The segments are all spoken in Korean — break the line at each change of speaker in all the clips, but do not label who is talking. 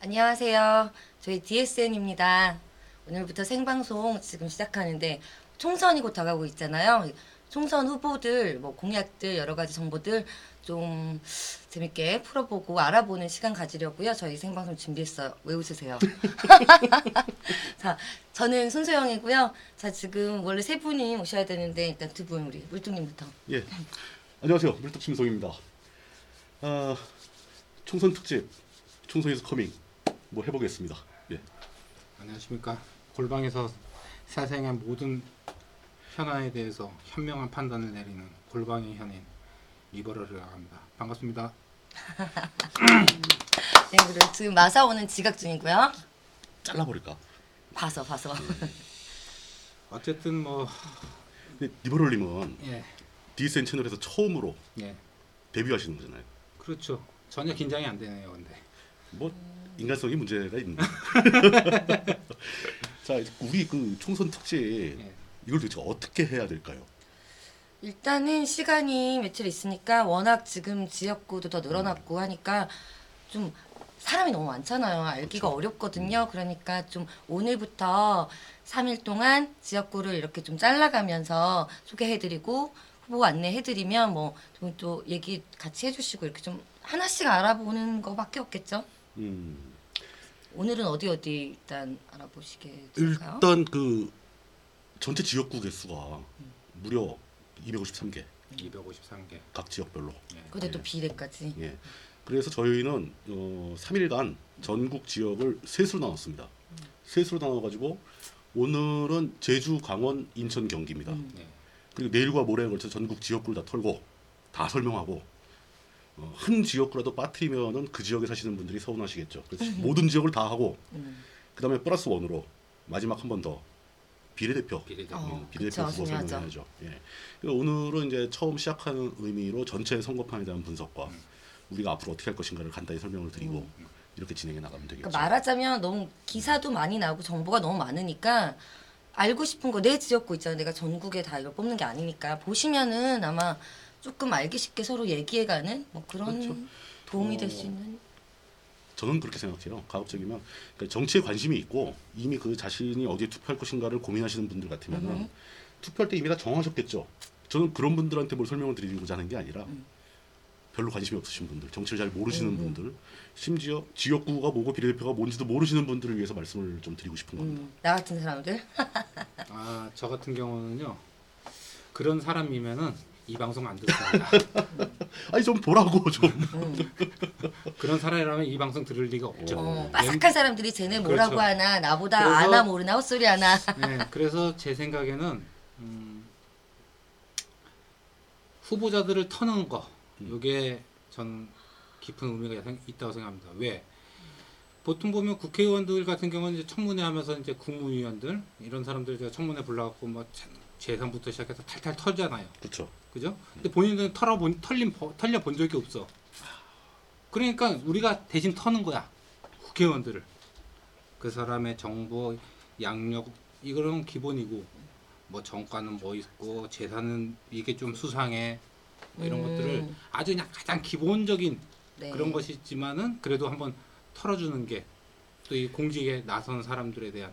안녕하세요. 저희 DSN입니다. 오늘부터 생방송 지금 시작하는데 총선이 곧 다가오고 있잖아요. 총선 후보들, 뭐 공약들, 여러 가지 정보들 좀 재밌게 풀어보고 알아보는 시간 가지려고요. 저희 생방송 준비했어요. 왜 웃으세요? 자, 저는 손소영이고요. 자, 지금 원래 세 분이 오셔야 되는데 일단 두 분 우리 물뚱님부터.
예. 안녕하세요. 물떡 김성입니다. 아, 총선 특집 총선에서 커밍 뭐 해보겠습니다. 예.
안녕하십니까 골방에서 세상의 모든 현안에 대해서 현명한 판단을 내리는 골방의 현인 리버럴이라고 합니다 반갑습니다
네, 그리고 지금 마사오는 지각 중이고요.
잘라버릴까?
봐서 봐서.
어쨌든 뭐
근데 리버럴님은
예,
DSN 채널에서 처음으로
예,
데뷔하시는 거잖아요.
그렇죠 전혀 긴장이 안 되네요 근데
뭐 인간성이 문제가 있네. 자, 이제 우리 그 총선 특집
예,
이걸 도대체 어떻게 해야 될까요?
일단은 시간이 며칠 있으니까 워낙 지금 지역구도 더
음.
늘어났고 하니까 좀 사람이 너무 많잖아요. 알기가
음.
어렵거든요. 그러니까 좀 오늘부터 3일 동안 지역구를 이렇게 좀 잘라가면서 소개해드리고 후보 안내해드리면 뭐 좀 또 얘기 같이 해주시고 이렇게 좀 하나씩 알아보는 거밖에 없겠죠.
음,
오늘은 어디 어디 일단 알아보시게 될까요?
일단 그 전체 지역구 개수가 무려 253개
253개
각 지역별로.
예.
근데 또 비례까지.
예. 그래서 저희는 어, 3일간 전국 지역을 셋으로 나눴습니다. 셋으로 나눠가지고 오늘은 제주, 강원, 인천, 경기입니다.
음.
예.
그리고 내일과 모레에 걸쳐 전국 지역구를 다 털고 다 설명하고 어, 한 지역구라도 빠뜨리면은 그 지역에 사시는 분들이 서운하시겠죠. 그래서 모든 지역을 다 하고
음.
그다음에 플러스 원으로 마지막 한 번 더 비례대표
비례대표
어.
예, 비례대표
그쵸,
후보
중요하죠.
설명해야죠. 예. 그래서 오늘은 이제 처음 시작하는 의미로 전체 선거판에 대한 분석과 우리가 앞으로 어떻게 할 것인가를 간단히 설명을 드리고 이렇게 진행해 나가면 되겠죠.
그러니까 말하자면 너무 기사도 많이 나오고 정보가 너무 많으니까 알고 싶은 거 내 지역구 있잖아 내가 전국에 다 이걸 뽑는 게 아니니까 보시면은 아마 조금 알기 쉽게 서로 얘기해가는 뭐 그런
그렇죠.
도움이
어,
될 수 있는
저는 그렇게 생각해요. 가급적이면 그러니까 정치에 관심이 있고 이미 그 자신이 어디에 투표할 것인가를 고민하시는 분들 같으면은
음.
투표할 때 이미 다 정하셨겠죠. 저는 그런 분들한테 뭘 설명을 드리고자 하는 게 아니라
음.
별로 관심이 없으신 분들, 정치를 잘 모르시는 분들, 심지어 지역구가 뭐고 비례대표가 뭔지도 모르시는 분들을 위해서 말씀을 좀 드리고 싶은 겁니다.
음, 나 같은 사람들
아, 저 같은 경우는요 그런 사람이면은 이 방송 안 듣습니다
아니 좀 보라고 좀.
그런 사람이라면 이 방송 들을 리가 없죠
어,
음.
빠삭한 사람들이 쟤네 뭐라고
그렇죠.
하나 나보다
그래서-
아나 모르나 헛소리 하나
네, 그래서 제 생각에는 음, 후보자들을 터는 거 이게 전 깊은 의미가 생- 있다고 생각합니다. 왜? 보통 보면 국회의원들 같은 경우는 이제 청문회 하면서 이제 국무위원들 이런 사람들 이제 청문회 불러갖고 뭐 재- 재산부터 시작해서 탈탈 털잖아요.
그렇죠.
그죠? 근데 본인들은 털어본 털린 버- 털려본 적이 없어. 그러니까 우리가 대신 터는 거야 국회의원들을. 그 사람의 정보 양력 이거는 기본이고 뭐 정과는 뭐 있고 재산은 이게 좀 수상해 뭐 이런
음.
것들을 아주 그냥 가장 기본적인
네.
그런 것이지만은 그래도 한번 털어주는 게 또 이 공직에 나선 사람들에 대한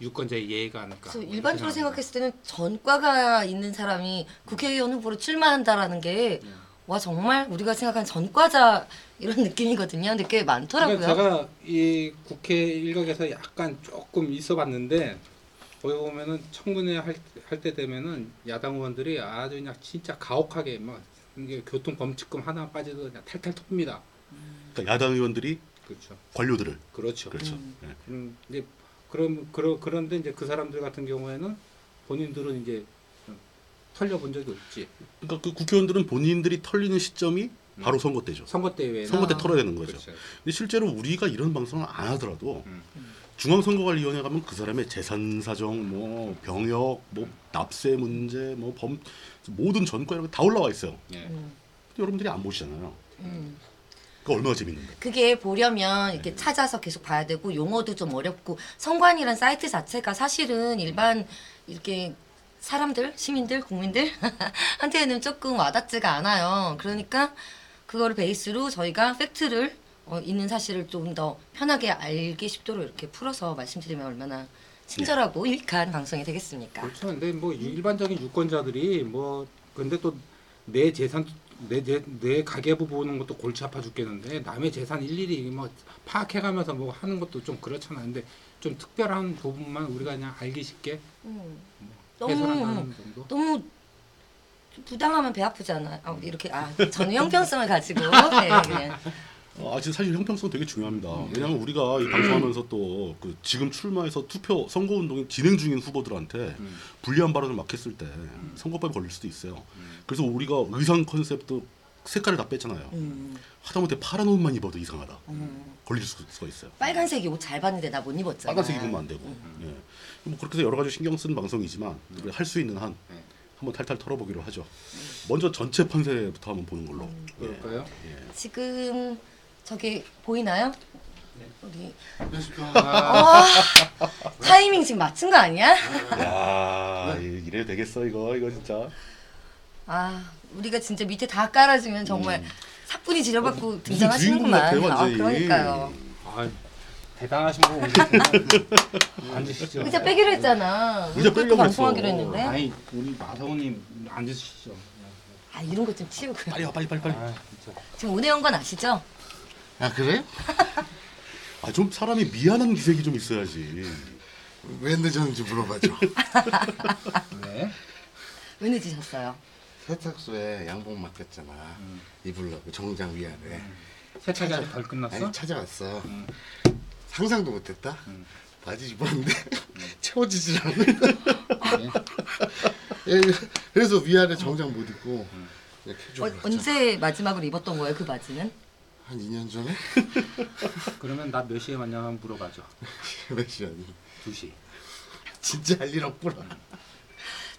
유권자의 예의가 아닐까.
그래서
뭐 이렇게
일반적으로
생각합니다.
생각했을 때는 전과가 있는 사람이 국회의원 후보로 출마한다라는 게
네.
와 정말 우리가 생각한 전과자 이런 느낌이거든요. 근데 꽤 많더라고요.
그러니까 제가 이 국회 일각에서 약간 조금 있어봤는데 거기 보면은 청문회 할 때 되면은 야당 의원들이 아주 그냥 진짜 가혹하게 막 이게 교통 범칙금 하나 빠지도 그냥 탈탈 톱니다.
그러니까 야당 의원들이
그렇죠.
관료들을
그렇죠.
그렇죠.
음.
예.
음, 이제 그런 그런 그런데 이제 그 사람들 같은 경우에는 본인들은 이제 털려본 적이 없지.
그러니까 그 국회의원들은 본인들이 털리는 시점이 바로 선거 때죠.
선거 때 외에는
음. 선거 때 털어야 되는 거죠.
그렇죠.
근데 실제로 우리가 이런 방송을 안 하더라도
음.
중앙선거관리위원회 가면 그 사람의 재산 사정, 뭐 병역, 뭐 납세 문제, 뭐 범 모든 전과 이런 거 다 올라와 있어요.
예.
음,
근데 여러분들이 안 보시잖아요.
음.
그거 얼마나 재밌는데.
그게 보려면 이렇게 찾아서 계속 봐야 되고 용어도 좀 어렵고 선관이란 사이트 자체가 사실은 일반 이렇게 사람들, 시민들, 국민들 한테는 조금 와닿지가 않아요. 그러니까 그거를 베이스로 저희가 팩트를 어, 있는 사실을 좀 더 편하게 알기 쉽도록 이렇게 풀어서 말씀드리면 얼마나 친절하고 유익한 방송이 되겠습니까?
그렇죠. 근데 뭐 유- 일반적인 유권자들이 뭐 근데 또 내 재산 내내 내 가계부 보는 것도 골치 아파 죽겠는데 남의 재산 일일이 뭐 파악해가면서 뭐 하는 것도 좀 그렇잖아. 근데 좀 특별한 부분만 우리가 그냥 알기 쉽게
음. 너무
해설한다는 정도.
너무 부당하면 배 아프잖아. 아, 이렇게 아 저는 형평성을 가지고 네, 그냥.
아 진짜 사실 형평성 되게 중요합니다. 왜냐하면 우리가 이 방송하면서 또 그 지금 출마해서 투표 선거 운동이 진행 중인 후보들한테
음.
불리한 발언을 막 했을 때 선거법이 걸릴 수도 있어요. 그래서 우리가 의상 컨셉도 색깔을 다 뺐잖아요.
음,
하다못해 파란 옷만 입어도 이상하다.
음.
걸릴 수- 수가 있어요.
빨간색이 옷 잘 봤는데 나 못 입었잖아.
빨간색 입으면 안 되고. 예. 뭐 그렇게 해서 여러 가지 신경 쓰는 방송이지만 할 수 있는 한
네.
한번 탈탈 털어보기로 하죠. 먼저 전체 판세부터 한번 보는 걸로. 예.
네.
그럴까요?
지금 저기 보이나요?
네.
우리
네.
아,
타이밍 지금 맞춘 거 아니야?
예. 야 이- 이래도 되겠어 이거 이거 진짜.
아 우리가 진짜 밑에 다 깔아주면 정말 사뿐히 지려받고 등장하시는구만.
음. 어, 주인공 같아요,
아,
완전히.
그러니까요.
아, 대단하신 거 오늘 앉으시죠.
의자 빼기로 했잖아.
의자
우리 또
빼려고
방송하기로
했어.
했는데.
아니 우리 마사오님 앉으시죠.
아 이런 것 좀 치우고요.
빨리 와 빨리 빨리 빨리.
아 진짜.
지금 오대영 건 아시죠?
아 그래요?
아 좀 사람이 미안한 기색이 좀 있어야지.
왜 늦었는지 물어봐줘.
네.
왜 늦으셨어요?
세탁소에 양복 맡겼잖아. 입으려고 정장 위아래.
세탁이 아직 덜 끝났어?
아니 찾아왔어. 음. 상상도 못했다. 바지 입었는데 채워지질 않는
네.
예, 그래서 위아래 정장 못 입고 이렇게
어,
네,
해주고 갔죠.
언제 마지막으로 입었던 거예요 그 바지는?
한 2년 전에
그러면 나 몇 시에 만나 한번 물어봐줘.
몇 시간이
2시.
진짜 할 일 없구나.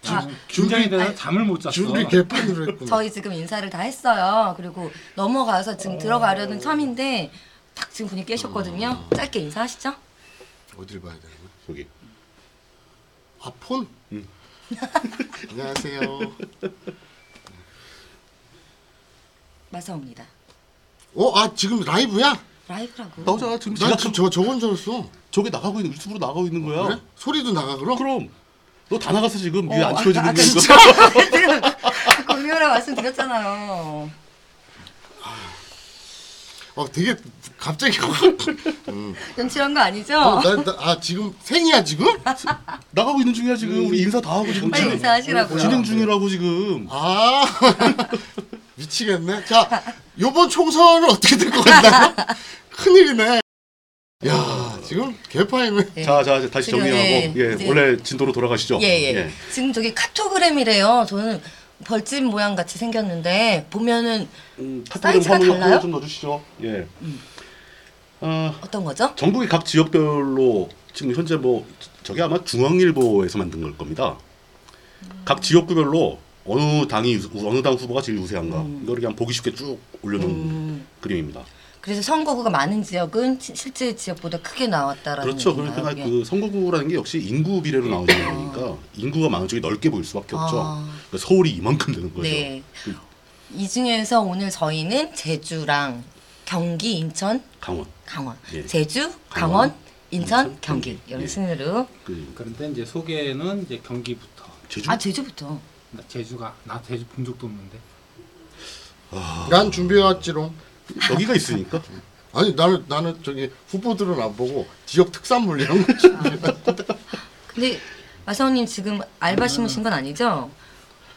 아,
긴장이 돼서
아니,
잠을 못 잤어.
준비 개판으로
음.
했구나.
저희 지금 인사를 다 했어요. 그리고 넘어가서 지금 들어가려는 참인데 딱 지금 분이 깨셨거든요.
어.
짧게 인사하시죠.
어딜 봐야 되는 거야?
여기.
아 폰? 안녕하세요.
마사옵니다.
어, 아 지금 라이브야?
라이브라고.
나오자 지금
나
제가
지금
저,
저 저건 줄 알았어.
저게 나가고 있는 유튜브로 나가고 있는 거야. 어,
그래? 소리도 나가 어? 그럼?
그럼 너 다 나갔어 지금
어,
이게 안
아까-
치워지는
아까
거니까.
지금 공유라 말씀드렸잖아요.
어 되게 갑자기
연출한 거 아니죠?
어,
나, 나, 아 지금 생이야 지금?
나가고 있는 중이야 지금 우리 인사 다 하고 지금
빨리
진행-
인사하시라고요.
진행 중이라고 지금
아 미치겠네. 자 요번 총선은 어떻게 될 것 같나요? 큰일이네. 야 지금 개파이네.
네.
자, 자, 이제 다시
지금,
정리하고
예,
예,
이제-
원래 진도로 돌아가시죠.
예, 예. 지금 저기 카톡그램이래요. 저는 벌집 모양 같이 생겼는데 보면은
음, 카톡에
사이즈가
화면
달라요? 음.
좀 넣어주시죠. 예. 아,
어떤 거죠?
전국의 각 지역별로 지금 현재 뭐 저게 아마 중앙일보에서 만든 걸 겁니다. 각 지역구별로 어느 당이 우- 어느 당 후보가 제일 우세한가
음.
이거를 그냥 보기 쉽게 쭉 올려놓은 그림입니다.
그래서 선거구가 많은 지역은 치- 실제 지역보다 크게 나왔다라는
그렇죠.
얘기인가요,
그러니까
이게?
그 선거구라는 게 역시 인구 비례로 나오는 거니까 인구가 많은 쪽이 넓게 보일 수밖에 없죠.
음. 아.
그러니까 서울이 이만큼 되는 거죠. 그
네. 이 중에서 오늘 저희는 제주랑 경기, 인천,
강원.
강원.
예.
제주, 강원,
강원,
인천,
인천,
경기
경기.
이런
예.
순으로.
그
그런데 이제 소개는 이제 경기부터.
제주.
아 제주부터.
나 제주가 나 제주 본 적도 없는데.
난 준비해왔지롱.
여기가 있으니까.
아니 나는 나는 저기 후보들은 안 보고 지역 특산물 이런 거. 좀-
근데 마사오님 지금
아.
알바 심으신 건 아니죠?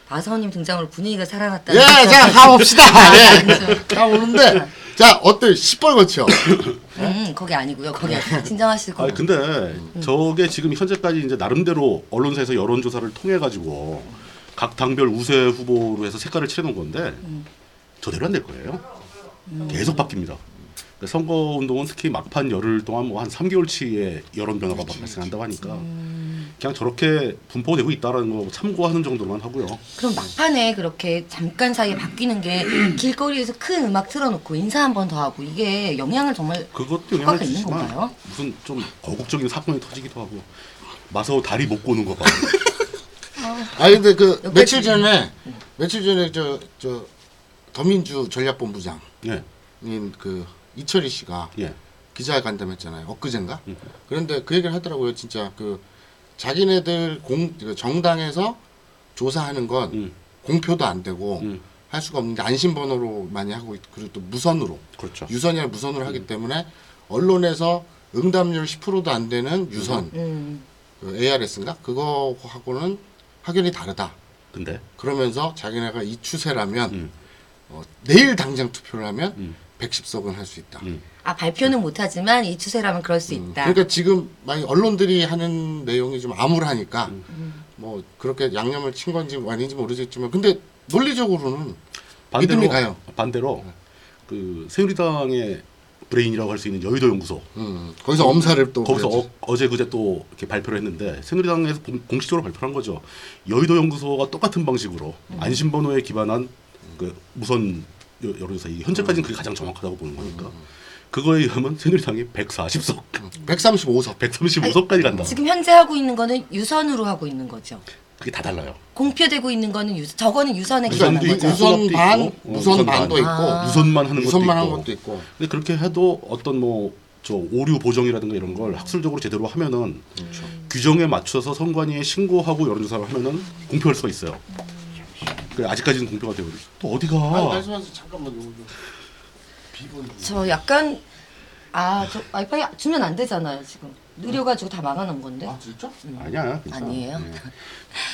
마사오님 등장으로 분위기가 살아났다는.
예,
거죠?
자 가봅시다. 예.
그렇죠.
가보는데 자 어때? 시뻘겋죠?
음 거기 아니고요. 거기 진정하시고.
아 근데
음.
저게 지금 현재까지 이제 나름대로 언론사에서 여론 조사를 통해 가지고 각 당별 우세 후보로 해서 색깔을 칠해놓은 건데
음.
저대로 안 될 거예요. 계속 바뀝니다. 그러니까 선거 운동은 특히 막판 열흘 동안 뭐 한 3개월치의 여론 변화가 막 발생한다고 하니까
음.
그냥 저렇게 분포되고 있다라는 거 참고하는 정도만 하고요.
그럼 막판에 그렇게 잠깐 사이에 바뀌는 게 길거리에서 큰 음악 틀어놓고 인사 한 번 더 하고 이게 영향을 정말
그것도 영향을
효과가 있는
주지만
건가요?
무슨 좀 거국적인 사건이 터지기도 하고 마사오 다리 못 고는 거 봐.
아니 근데 그
옆에
며칠 전에 며칠 전에 저 저 더민주 전략본부장
네.
님 그 이철희 씨가
예.
기자간담 했잖아요. 엊그젠가?
음.
그런데 그 얘기를 하더라고요. 진짜 그 자기네들 공, 그 정당에서 조사하는 건
음.
공표도 안 되고
음.
할 수가 없는데 안심번호로 많이 하고 있고 그리고 또 무선으로
그렇죠.
유선이나 무선으로 하기 때문에 언론에서 응답률 10%도 안 되는 유선
음.
그 ARS인가 그거하고는 확연히 다르다.
근데
그러면서 자기네가 이 추세라면
음.
어, 내일 당장 투표를 하면
음.
110석은 할 수 있다.
음.
아 발표는 못하지만 이 추세라면 그럴 수
음,
있다.
그러니까 지금 만약 언론들이 하는 내용이 좀 암울하니까
음.
뭐 그렇게 양념을 친 건지 아닌지 모르겠지만 근데 논리적으로는
반대로
믿음이 가요. 네.
반대로 그 새누리당의 브레인이라고 할 수 있는 여의도 연구소
음, 거기서 엄살을 또
거기서
그래야지.
어, 제 그제 또 이렇게 발표를 했는데 새누리당에서 공- 공식적으로 발표한 거죠. 여의도 연구소가 똑같은 방식으로
음.
안심번호에 기반한 그 무선 여- 여론조사 이게 현재까지는 그게 가장 정확하다고 보는
음,
거니까 그거에 의하면 새누리당이 140석,
135석
135석까지 간다.
지금 현재 하고 있는 거는 유선으로 하고 있는 거죠.
그게 다 달라요.
공표되고 있는 거는 유, 저거는 유선에 기반한
그러니까
유선도
거죠.
있고.
유선
있고,
반,
어,
무선
유선
반도
반.
있고
아.
유선만 하는 것도
유선만 한
있고.
것도 있고
근데 그렇게 해도 어떤 뭐 저 오류 보정이라든가 이런 걸 학술적으로 제대로 하면은
그렇죠.
규정에 맞춰서 선관위에 신고하고 여론조사를 하면은 공표할 수가 있어요. 그래 아직까지는 공표가 되고 또 어디가
아니 말씀하세요 잠깐만 요거 좀 비번 좀.
저 약간 아저 와이파이 주면 안 되잖아요 지금 느려가지고 다 막아놓은 건데.
아 진짜? 네.
아니야 괜찮아.
아니에요?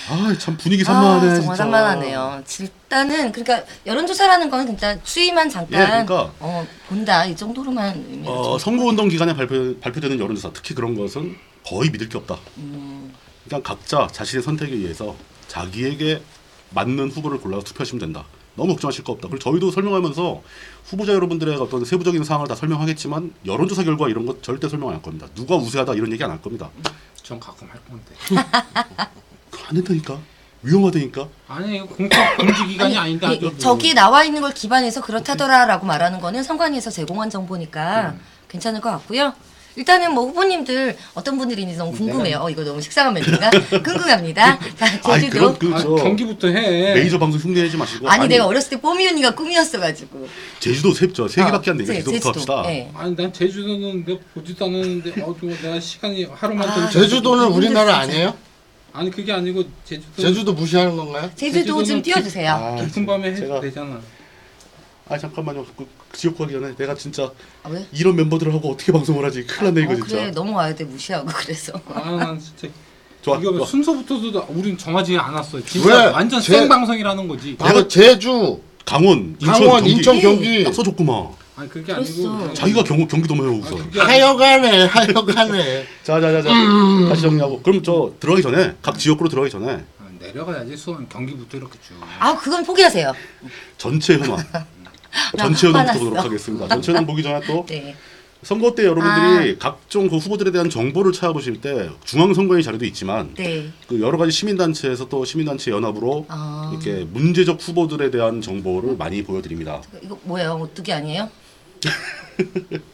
아참 분위기 산만하네
아, 정말
진짜.
산만하네요. 일단은 그러니까 여론조사라는 거는 진짜 추이만 잠깐
예, 그러니까.
어, 본다 이 정도로만 의미를
어, 선거운동 기간에 발표, 발표되는 여론조사 특히 그런 것은 거의 믿을 게 없다. 그러니까 각자 자신의 선택에 의해서 자기에게 맞는 후보를 골라서 투표하시면 된다. 너무 걱정하실 거 없다. 그리고 저희도 설명하면서 후보자 여러분들의 어떤 세부적인 사항을 다 설명하겠지만 여론조사 결과 이런 것 절대 설명 안 할 겁니다. 누가 우세하다 이런 얘기 안 할 겁니다.
전 가끔 할 건데.
안 된다니까. 위험하다니까.
아니 이거 공표 공지 기간이
아니, 그러니까 그
아닌데
이-
아주
저기 나와 있는 걸 기반해서 그렇다더라라고 말하는 거는 선관위에서 제공한 정보니까 괜찮을 것 같고요. 일단은 뭐 후보님들 어떤 분들이 있는지 너무 궁금해요. 어, 이거 너무 식상한 멘트인가? 궁금합니다. 자,
아니
저희도
네. 그런 그
아,
저
경기부터 해.
메이저 방송 흉내내지 마시고.
아니, 내가 어렸을 때 뽀미 언니가 꿈이었어가지고
제주도 세저세
어,
개밖에 안 되니까
제-
제주도부터
제주도.
합시다.
예.
아니 난 제주도는 내가 보지도 않았는데 어, 또 내가 시간이 하루만
아,
더 있었어.
제주도는 우리나라 아니에요?
아니 그게 아니고 제주도
제주도 무시하는 건가요?
제주도 좀
제주도는
띄워주세요.
아,
깊은 밤에 해도
제가-
되잖아.
아 잠깐만요. 그, 그 지옥 가기 전에 내가 진짜
아, 왜?
이런 멤버들하고 어떻게 방송을 하지? 큰일 났네 이거
어,
진짜.
그래 넘어와야 돼 무시하고 그래서.
아난 진짜
좋아.
이거
좋아.
순서부터도 나- 우린 정하지 않았어. 진짜
왜?
완전
제-
생방송이라는 거지.
아,
바로 제주,
강원, 인천,
강원,
경기.
인천, 경기
딱 써줬구만.
아니 그게 아니고
그랬어.
자기가 경우 경기도만
아니,
해오고서.
그게 아니고
하여간에 하여간에
자자자자. 다시 정리하고. 그럼 저 들어가기 전에 각 지역구로 들어가기 전에
아, 내려가야지 수원 경기부터 이렇게 쭉.
아 그건 포기하세요.
전체 현황.
나
전체 현황부터
화났어.
보도록 하겠습니다. 전체 현황 보기 전에 또
네. 아.
선거 때 여러분들이 각종 그 후보들에 대한 정보를 찾아보실 때 중앙 선관위 자료도 있지만
네.
그 여러 가지 시민단체에서 또 시민단체 연합으로
아.
이렇게 문제적 후보들에 대한 정보를 많이 보여드립니다.
이거 뭐예요? 오뚜기 아니에요?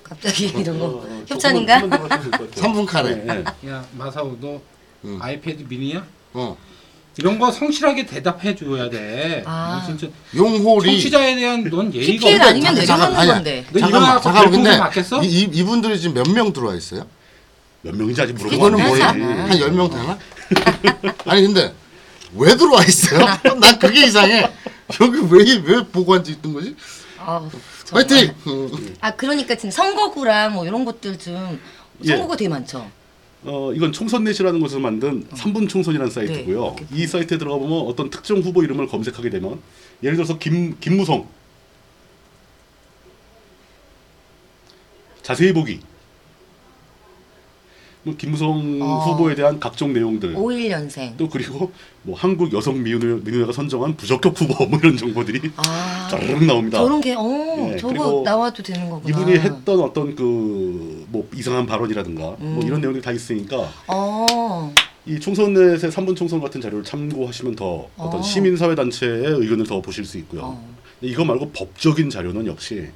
갑자기
어,
이런 거 협찬인가?
3분 카레.
네.
야 마사오 너
응.
아이패드 미니야?
어.
이런 거 성실하게 대답해 줘야 돼.
아.
아, 진짜
용호리
청취자에 대한 넌 예의가
PPL
없어.
아니면
잠깐,
내려가는
아니야.
건데.
너
잠깐만,
일어나서
잠깐만,
별풍선
근데
받겠어?
이, 이, 이분들이 지금 몇 명 들어와 있어요?
몇 명인지 아직 네. 물어보면
그거는
그건
몰라.
괜찮아.
한 10명 되나? 아니, 근데 왜 들어와 있어요? 난 그게 이상해. 여기 왜, 왜 보고한지 있던 거지?
아우, 어, 정말.
화이팅! 음.
아 그러니까 지금 선거구랑 뭐 이런 것들 좀
예.
선거구 되게 많죠.
어, 이건 총선넷이라는 곳에서 만든 3분 총선이라는 사이트고요.
네,
이 사이트에 들어가 보면 어떤 특정 후보 이름을 검색하게 되면 예를 들어서 김 김무성 자세히 보기 뭐 김무성
어.
후보에 대한 각종 내용들
51년생.
또 그리고 뭐 한국 여성 민회- 민회가 선정한 부적격 후보 뭐 이런 정보들이
아
쫙 나옵니다.
저런 게, 어,
예,
저거
그리고
나와도 되는 거구나.
이분이 했던 어떤 그 뭐 이상한 발언이라든가 뭐
음.
이런 내용들이 다 있으니까
어,
이 총선넷의 3분 총선 같은 자료를 참고하시면 더
어.
어떤 시민사회단체의 의견을 더 보실 수 있고요.
어. 네.
근데 이거 말고 법적인 자료는 역시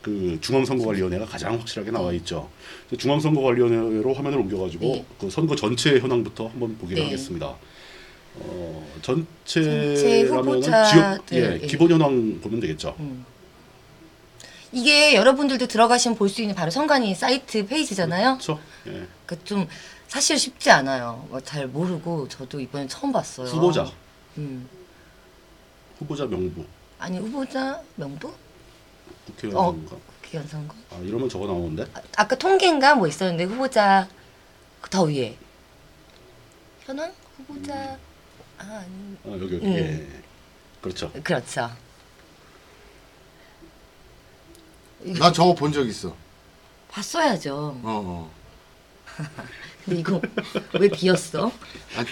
그 중앙선거관리위원회가 가장 확실하게 나와 있죠. 그래서 중앙선거관리위원회로 화면을 옮겨가지고
네.
그 선거 전체 현황부터 한번 보기로
네.
하겠습니다. 어,
전체
전체라면은
후보자들,
지역 예,
예.
기본 현황 보면 되겠죠.
음. 이게 여러분들도 들어가시면 볼 수 있는 바로 성관이 사이트 페이지잖아요.
그렇죠. 예.
그 좀 사실 쉽지 않아요. 뭐잘 모르고 저도 이번에 처음 봤어요.
후보자
음.
후보자 명부
아니 후보자 명부?
국회의원인가
국회의원 선거?
아, 이러면 저거 나오는데
아, 아까 통계인가 뭐 있었는데 후보자 그더 위에 현황 후보자 아 아니
아, 여기 여기
음.
예. 그렇죠.
그렇죠.
나 저거 본 적 있어. 어,
봤어야죠.
어.
근데 이거 왜 비었어?
아니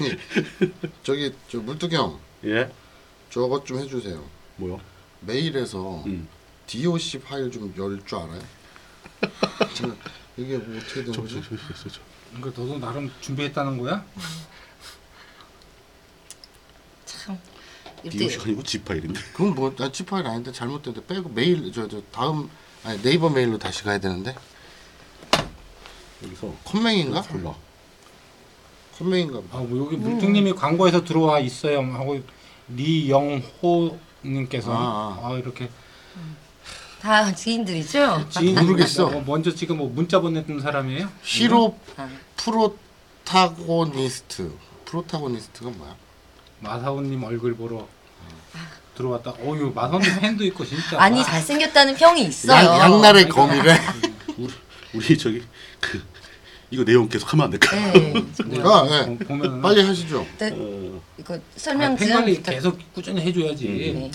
저기 저 물뚝이 형
예
저것 좀 해주세요.
뭐요?
메일에서
음.
DOC 파일 좀 열 줄 알아요? 저, 이게 뭐 어떻게 된 거지?
저저저저
그러니까 너도 나름 준비했다는 거야?
참. 이렇게
디오시 아니고 지 파일인데
그건 뭐, 나치 파일 아닌데 잘못된데 빼고 메일 저, 저 다음 아니 네이버 메일로 다시 가야 되는데
여기서
컴맹인가?
골라.
컴맹인가? 보다.
음, 아뭐
음.
여기 물뚱님이 광고에서 들어와 있어요 하고 리영호님께서
아,
아, 이렇게
다 지인들이죠?
지인
아, 모르겠어.
뭐 먼저 지금 뭐 문자 보냈던 사람이에요?
히로
아,
프로타고니스트 프로타고니스트가 뭐야?
마사오님 얼굴 보러
아.
들어왔다. 어유 마사오님 팬도 있고 진짜.
아니 잘생겼다는 평이
양,
있어요.
양날의 검이래. 어,
우리 우리 저기 그 이거 내용 계속 하면 안 될까요?
네.
내가
아, 예.
보면
빨리 하시죠.
일단
어,
이거
아,
설명
팬
좀
관리
부탁드립니다. 네,
계속 음. 꾸준히
음,
해줘야지.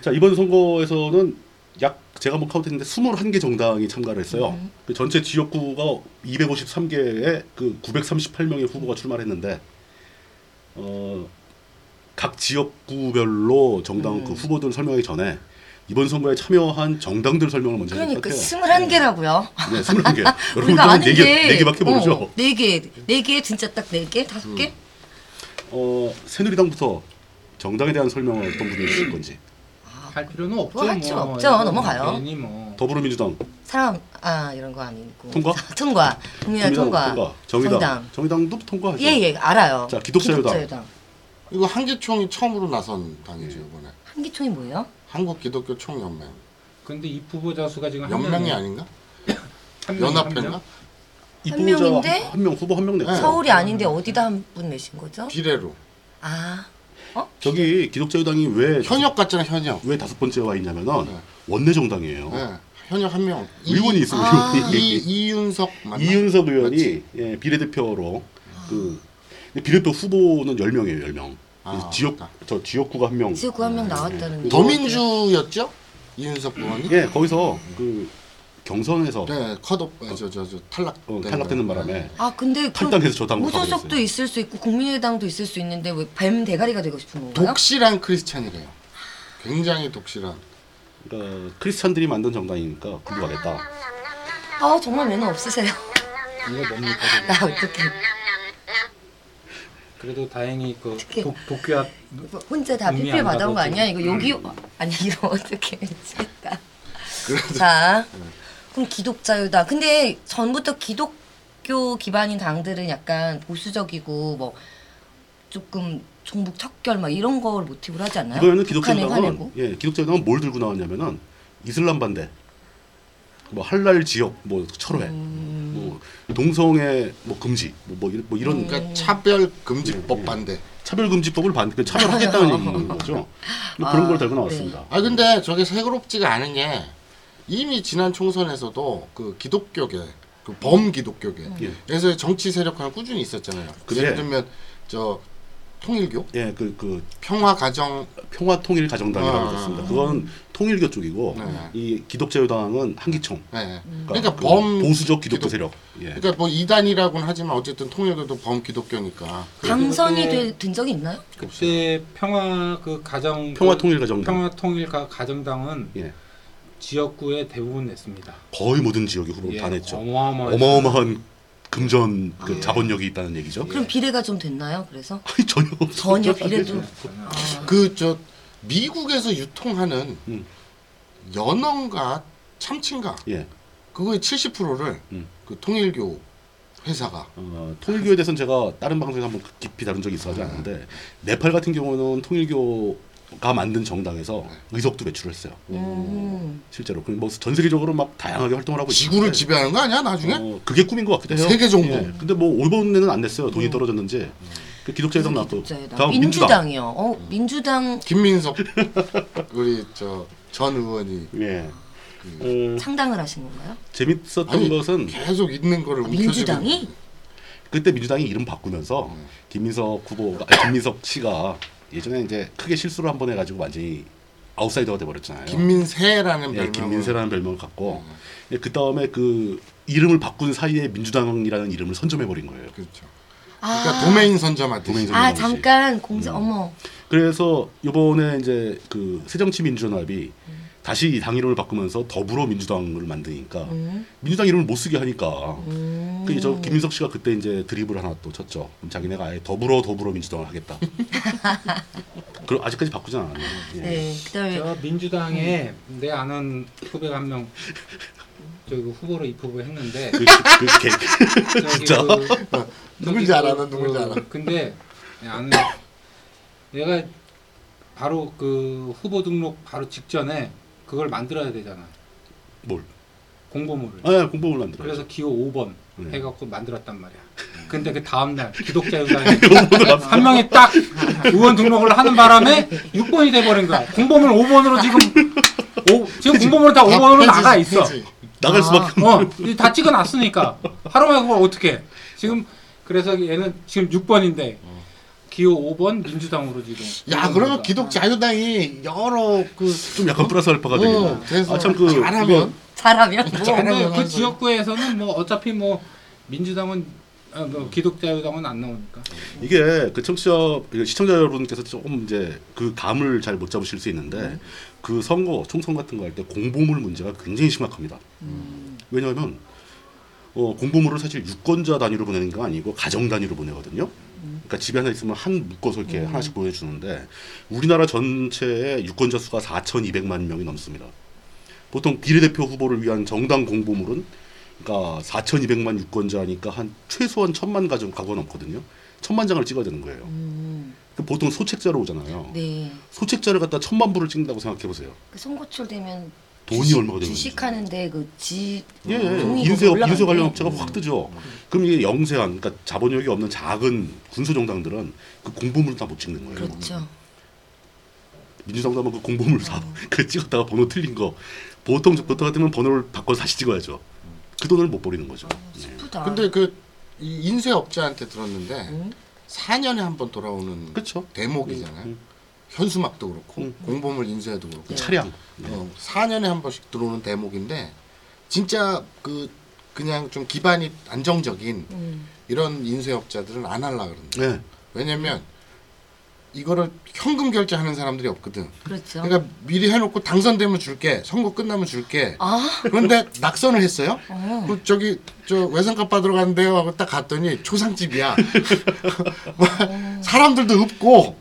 자 이번 선거에서는 약 제가 한번 카운트했는데 21개 정당이 참가를 했어요.
네.
그 전체 지역구가 253개에 그 938명의 후보가 출마했는데 어, 각 지역구별로 정당
음.
그 후보들 설명하기 전에 이번 선거에 참여한 정당들 설명을 먼저 해야
그러니까
될것
21개라고요.
같아요. 네,
우리가
21개. 여러분들은
아는
4개,
게
4개밖에 모르죠.
어, 4개. 4개 진짜 딱 4개? 5개?
어, 새누리당부터 정당에 대한 설명을 어떤 분이 해주실 건지
할 필요는 없죠.
뭐할 필요
뭐.
아, 없죠. 넘어가요.
괜히 뭐.
더불어민주당
사람 아 이런 거 아니고.
통과?
통과. 국민의당 통과.
정의당
네, 정당.
정의당도 통과하죠.
예, 예, 알아요.
자, 기독자유당.
이거 한기총이 처음으로 나선
네.
당이죠 이번에
한기총이 뭐예요?
한국 기독교 총연맹
근데 이 후보자 수가 지금 한
연맹이
명이-
아닌가?
한 명이- 한
연합회인가?
명?
이
한
후보자
명인데?
한 명 후보 한 명 냈고
네.
서울이 아닌데 어디다 한 분 내신 거죠?
비례로
아. 어?
저기 기독자유당이 왜
현역 같잖아 현역.
왜 다섯 번째 와 있냐면은
네.
원내 정당이에요.
예, 현역 한 명. 이-
음. 의원이 있어
아.
의원이
이 이윤석 맞나?
이윤석 의원이
맞지?
예, 비례대표로 그 근데 비례대표 후보는 열 명이에요 열 명.
아,
지역
맞다.
저 지역구가 한 명.
지역구 한 명 나왔다는 거.
더민주였죠? 이윤석 의원이?
예 거기서 그 경선에서
네, 컷업 저저저 탈락 네.
어, 탈락되는 바람에
아 근데 그
탈당해서 저 당으로
무소속도
가버렸어요.
있을 수 있고 국민의당도 있을 수 있는데 왜 뱀 대가리가 되고 싶은 건가요?
독실한 크리스찬이래요. 굉장히 독실한.
그러니까 크리스찬들이 만든 정당이니까 구분하겠다.
아 정말 매너 없으세요.
이거 뭡니까?
나 어떻게
그래도 다행히 그
어떡해.
독, 독교학
뭐 혼자 다
의미
PPL
안
받아온 거
가고
아니야? 이거 여기
음.
아니 이거 어떻게 미치겠다. 자
음.
그럼 기독자유다. 근데 전부터 기독교 기반인 당들은 약간 보수적이고 뭐 조금 종북 척결 막 이런 걸 모티브로 하지 않나요?
이번에는
북한에
기독자당은
예? 화내고.
예 기독자당은 뭘 들고 나왔냐면은 이슬람 반대, 뭐 할랄 지역 뭐 철회,
음.
뭐 동성애 뭐 금지, 뭐, 뭐 이런, 뭐
네.
이런
그러니까 차별 금지법 반대.
차별 금지법을 반 그 차별하겠다는 얘기인 거죠. 근데 그런
아,
걸 들고 나왔습니다.
아 근데 저게 새롭지가 않은 게 이미 지난 총선에서도 그 기독교계, 그 범기독교계.
예.
그래서 정치 세력화는 꾸준히 있었잖아요.
그게-
예를 들면 저 통일교,
네.
예, 그, 그
평화가정
평화통일가정당이라고
아.
있었습니다. 그건 통일교 쪽이고
네.
이 기독자유당은 한기총.
예.
음.
그러니까,
그러니까
그
범
보수적
기독-
기독교 세력. 예.
그러니까 뭐 이단이라고는 하지만 어쨌든 통일교도 범기독교니까.
네.
당선이
그때-
된 적이 있나요?
그때 평화 그 가정
평화통일가정당.
평화 통일 가 가정당은
예.
지역구에 대부분 냈습니다.
거의 모든 지역의 후보를
예,
다 냈죠.
어마어마한
어마어마한 금전 그
네.
자본력이 있다는 얘기죠.
예.
그럼 비례가 좀 됐나요? 그래서 아,
아니 전혀 없어.
전혀 비례도 음.
그 저 미국에서 유통하는
음.
연어인가 참치인가
예.
그거의 70%를
음.
그 통일교 회사가
어, 통일교에 그
네.
대해서는 제가 다른 방송에서 한번 깊이 다룬 적이 있어 하지 않는데 네팔 같은 경우는 통일교 가 만든 정당에서
네.
의석도 배출을 했어요.
음.
실제로. 그리고 뭐전 세계적으로 막 다양하게 활동을 하고
지구를
있는데
지배하는 거 아니야 나중에?
어, 그게 꿈인 것 같기도 해요.
세계 정부. 음.
근데 뭐 올본에는 안 냈어요. 돈이 떨어졌는지. 그 기독자 해당 나왔고.
기독자회당.
다음 민주당.
민주당이요. 어, 민주당
김민석 우리 저 전 의원이
예. 어,
창당을 하신 건가요?
재밌었던
아니,
것은
계속 있는 거를 어. 움켜쥐고
민주당이?
그때 민주당이 이름 바꾸면서
음.
김민석 후보가 아니, 김민석 씨가 예전에 이제 크게 실수를 한 번 해가지고 완전히 아웃사이더가 돼버렸잖아요.
김민세라는 음.
예,
별명
김민세라는 별명을 갖고 그 다음에 그 이름을 바꾼 사이에 민주당이라는 이름을 선점해버린 거예요.
그렇죠.
아,
그러니까 도메인 선점하듯이
도메인 선점.
아
정도지. 음.
잠깐 공자 어머
그래서 이번에 이제 그 새정치민주연합이
음.
다시 이 당 이름을 바꾸면서 더불어민주당을 만드니까
네.
민주당 이름을 못 쓰게 하니까
음.
그 저 김민석 씨가 그때 이제 드립을 하나 또 쳤죠. 그럼 자기네가 아예 더불어 더불어민주당을 하겠다. 그럼 아직까지 바꾸지 않았네요. 예.
네 그다음에
저 민주당에 내 아는 후배가 한 명 저기 그 후보로 입후보 했는데
그, 그, 그, 개-
저기
진짜?
그-
어, 누군지
저기
알아,
그-
난 누군지
그-
알아.
근데 아는 얘가 바로 그 후보 등록 바로 직전에 그걸 만들어야 되잖아
뭘?
공고물을.
아, 공범을 만들어.
그래서 기호 5번
네.
해갖고 만들었단 말이야. 근데 그 다음날 기독자 의당에
공범을 만-
한 명이 딱 의원 등록을 하는 바람에 6번이 돼버린 거야. 공범을 5번으로 지금 오, 지금 공범으로 다
아,
5번으로 나가 있어.
아.
나갈 수밖에 없는
어, 이다 찍어놨으니까 하루만 그걸 어떻게? 지금 그래서 얘는 지금 6번인데 기호 5번 민주당으로 지금.
야 그러면 기독 자유당이 여러 그
좀 약간 플러스 알파가
어,
되겠네.
그래서
아, 참그
잘하면 아,
잘하면
뭐,
잘하면
근데
하는
그
소리.
지역구에서는 뭐 어차피 뭐 민주당은 아, 뭐 기독자유당은 안 나오니까.
이게 그 청취자 그 시청자 여러분께서 조금 이제 그 감을 잘 못 잡으실 수 있는데 그 선거 총선 같은 거 할 때 공보물 문제가 굉장히 심각합니다. 왜냐하면 어, 공보물을 사실 유권자 단위로 보내는 게 아니고 가정 단위로 보내거든요. 그러니까 집에 하나 있으면 한 묶어서 이렇게
음.
하나씩 보내주는데 우리나라 전체의 유권자 수가 4,200만 명이 넘습니다. 보통 비례대표 후보를 위한 정당 공보물은 그러니까 4,200만 유권자니까 한 최소한 천만 가정 가구가 넘거든요. 천만 장을 찍어야 되는 거예요. 그 보통 소책자로 오잖아요.
음. 네
소책자를 갖다 천만 부를 찍는다고 생각해 보세요.
그 송고철 되면
돈이
주식-
얼마가 되는
주식하는데 그지
예, 예.
종이 네.
인쇄
이거 올라가는데. 음.
인쇄 관련 업체가 확 뜨죠. 그럼 이게 영세한, 그러니까 자본력이 없는 작은 군소 정당들은 그 공보물을 다 못 찍는 거예요.
그렇죠
민주당도 아마 그 공보물 사,
음.
그 찍었다가 번호 틀린 거 보통 보통 같으면 번호를 바꿔서 다시 찍어야죠. 그 돈을 못 버리는 거죠. 네.
슬프다
근데 그이 인쇄 업자한테 들었는데
음?
4년에 한 번 돌아오는
그렇죠.
대목이잖아요.
음,
현수막도 그렇고
음.
공보물 인쇄도 그렇고
그 차량. 네.
어, 4년에 한 번씩 들어오는 대목인데 진짜 그 그냥 좀 기반이 안정적인
음.
이런 인쇄업자들은 안 할라 그런데
네.
왜냐면 이거를 현금 결제하는 사람들이 없거든.
그렇죠
그러니까 미리 해놓고 당선되면 줄게, 선거 끝나면 줄게.
아
그런데 낙선을 했어요.
어.
그 저기 저 외상값 받으러 갔는데요 하고 딱 갔더니 초상집이야. 뭐 사람들도 없고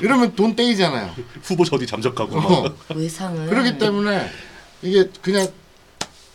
이러면 돈 떼이잖아요.
후보 저디 잠적하고 막.
어.
외상을
그렇기 때문에 이게 그냥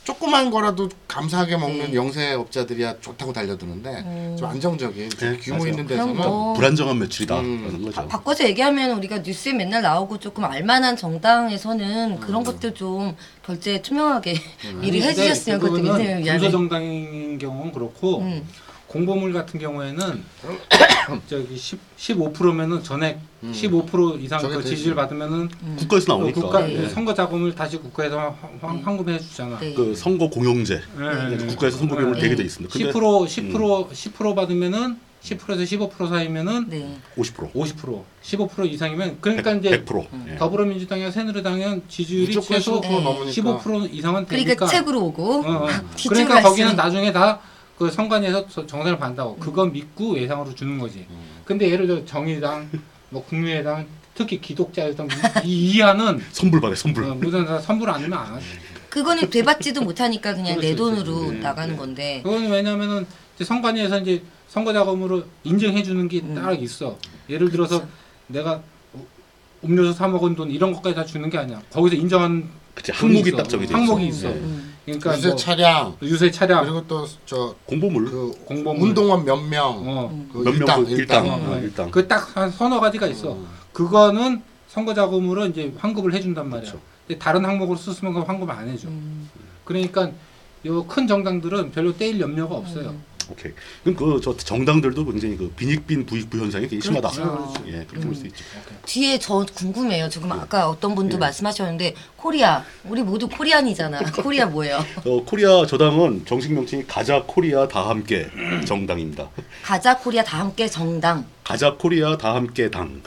조그만 거라도 감사하게 먹는 영세업자들이야 좋다고 달려드는데 좀 안정적인 좀
네,
규모
맞아요.
있는 데서는
그럼 뭐-
불안정한 매출이다라는
음.
거죠.
바꿔서 얘기하면 우리가 뉴스에 맨날 나오고 조금 알만한 정당에서는 그런 것들 좀 결제 투명하게 미리 해주셨으면 그것도 민생을 위한
음. 그러니까 군소 정당인 경우는 그렇고
음.
공보물 같은 경우에는 저기 10, 15%면은 전액 15% 이상
음. 저게
그
되지.
지지를 받으면은
국가에서
아,
그
나오니까.
그러니까.
국가
네.
예.
선거 자금을 다시 국가에서 환- 환- 환급해 주잖아.
네.
그 선거 공용제.
네.
그러니까 국가에서 선거 비용을
네.
대게 돼 있습니다. 근데 음.
10% 10% 10% 받으면은 10%에서 15% 사이면은
네.
50%.
50% 15% 이상이면 그러니까
100,
이제
100%. 예.
더불어민주당이나 새누리당은 지지율이
무조건
최소
15% 넘으니까.
15% 이상은 되니까
그러니까 책으로 오고
어, 어.
뒤집어
그러니까 거기는
갈수록-
나중에 다 그 선관위에서 저- 정산을
음.
받는다고 그건 믿고 예상으로 주는 거지
음.
근데 예를 들어 정의당 뭐 국민의당 특히 기독자였던 이 이하는
선불 받아요. 선불.
어, 무슨 사- 선불 안 하면 안 하지
그거는 되받지도 못하니까 그냥 내
그렇죠,
돈으로
네,
나가는 건데
그거는 왜냐면은 이제 선관위에서 이제 선거 자금으로 인증해 주는 게
음.
딱 있어 예를 들어서
그렇죠.
내가 우- 음료수 사 먹은 돈 이런 것까지 다 주는 게 아니야 거기서 인정한
그치 항목이
있어.
딱 정해져 있어.
항목이 있어.
예.
음.
그러니까
유세
뭐
차량
유세 차량
그리고 또 저
공보물.
그
공범
운동원 몇명
어.
그
몇 명,
일당
그 일당.
음. 일당
아, 일당.
음.
그 딱 한 서너 가지가 있어. 그거는 선거 자금으로 이제 환급을 해준단 말이야.
그렇죠.
근데 다른 항목으로 쓰면 그 환급 안 해줘.
음.
그러니까 요 큰 정당들은 별로 떼일 염려가 없어요.
음.
오케이. 그럼 그 저 정당들도 굉장히 그 빈익빈 부익부 현상이 되게 심하다.
그렇죠.
예, 그렇게 볼 수 있죠.
뒤에 저 궁금해요. 지금
네.
아까 어떤 분도 말씀하셨는데 코리아 우리 모두 코리안이잖아. 코리아 뭐예요?
어, 코리아 저당은 정식 명칭이 가자 코리아 다 함께 정당입니다.
가자 코리아 다 함께 정당.
가자 코리아 다 함께 당.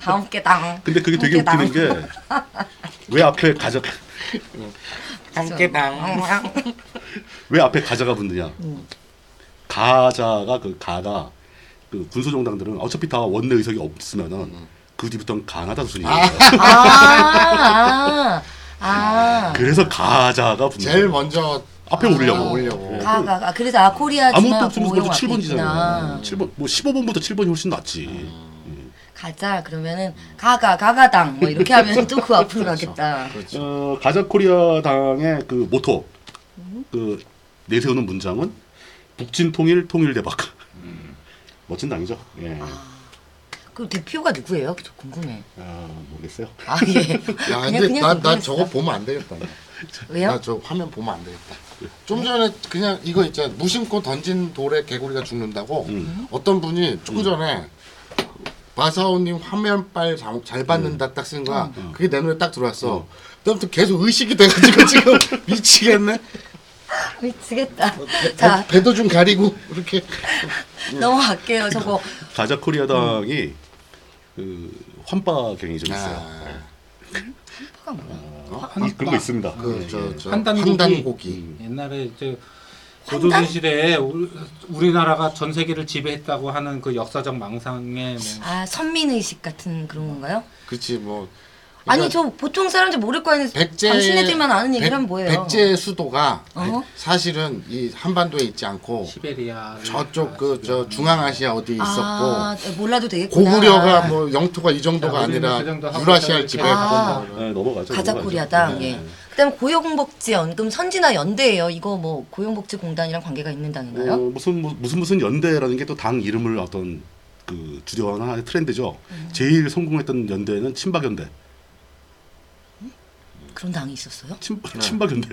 다 함께 당.
근데 그게 되게
함께 당.
웃기는 게 왜 앞에 가자
함께 당.
왜 앞에 가자가 붙느냐? 가자가 그 가가 그 군소 정당들은 어차피 다 원내 의석이 없으면은
음.
그 뒤부터는 가나다 순위예요.
아, 아, 아.
그래서 가자가 붙는
제일
거예요.
먼저 아,
앞에 올려고.
올려고.
예.
가, 가, 아, 그래서 아 코리아
아무것도
지만
없으면서
고용
그래도
앞에
7번지잖아요.
있구나.
7번 뭐 15번부터 7번이 훨씬 낫지. 예.
가자 그러면은 가가 가가당 뭐 이렇게 하면 또 그 앞으로 가겠다.
그렇죠.
어, 가자코리아 당의 그 모토 그 내세우는 문장은 북진 통일 통일 대박. 멋진 당이죠. 예.
그 대표가 누구예요? 저 궁금해.
아, 모르겠어요.
아 예.
야,
그냥-
근데
그냥
나, 나
궁금했어.
저거 보면 안 되겠다. 나.
왜요?
나 저 화면 보면 안 되겠다. 좀 전에 그냥 이거 있잖아. 무심코 던진 돌에 개구리가 죽는다고
음.
어떤 분이 조금 전에 마사오님 화면빨 잘, 잘 받는다
음.
딱 쓴 거야. 그게 내 눈에 딱 들어왔어. 그다음부터 계속 의식이 돼가지고 지금 미치겠네.
아, 미치겠다.
어,
자
배도 좀 가리고 이렇게 네.
넘어갈게요. 저거
가자코리아 당이 그 환빠경이 좀 있어요.
아,
뭐가 뭐야?
이- 그런 거 있습니다.
음.
예, 예.
그저저
한단 고기.
그렇죠.
음.
한단고기.
옛날에 저 고조선 시대에 우- 우리나라가 전 세계를 지배했다고 하는 그 역사적 망상에 뭐
아 선민 의식 같은 그런 건가요?
그렇지 뭐.
아니 저 보통 사람들 모를 거 아니에요.
백제
당신네들만 아는 얘기를 하면 뭐예요?
백제의 수도가
어허.
사실은 이 한반도에 있지 않고
시베리아
저쪽 그 저 중앙아시아 어디에 있었고
아 몰라도 되겠구나.
고구려가 뭐 영토가 이 정도가
야, 우리는
아니라
그 정도 하고 있다는
유라시아를
아.
지배했고 네. 뭐
예, 넘어가죠. 네.
가자코리아당
넘어가죠.
예. 그다음 고용복지연금 선진화 연대예요. 이거 뭐 고용복지공단이랑 관계가
어,
있는다는가요?
무슨 무- 무슨 무슨 연대라는 게 또 당 이름을 어떤 그 주제화하는 하나의 트렌드죠.
음.
제일 성공했던 연대는 친박연대.
그런 당이 있었어요?
친, 친박연대.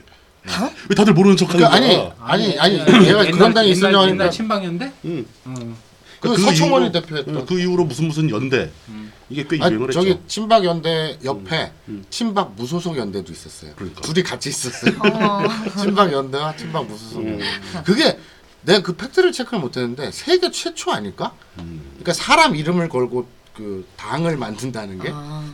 당?
왜 다들 모르는 척하는
네. 그
거야?
아니 아니 아니 얘가 그런 당이 있었냐
옛날, 어,
하니까
옛날 친방연대?
응.
응.
그
음. 그 이후로-
서청원이
응,
대표했던
그 이후로 무슨 무슨 연대 이게 꽤
아
유행을
저기
했죠.
친박 연대 옆에
음,
친박 무소속 연대도 있었어요.
그러니까.
둘이 같이 있었어요. 친박 연대와 친박 무소속 연대.
음.
그게 내가 그 팩트를 체크를 못했는데 세계 최초 아닐까?
음.
그러니까 사람 이름을 걸고 그 당을 만든다는 게
아,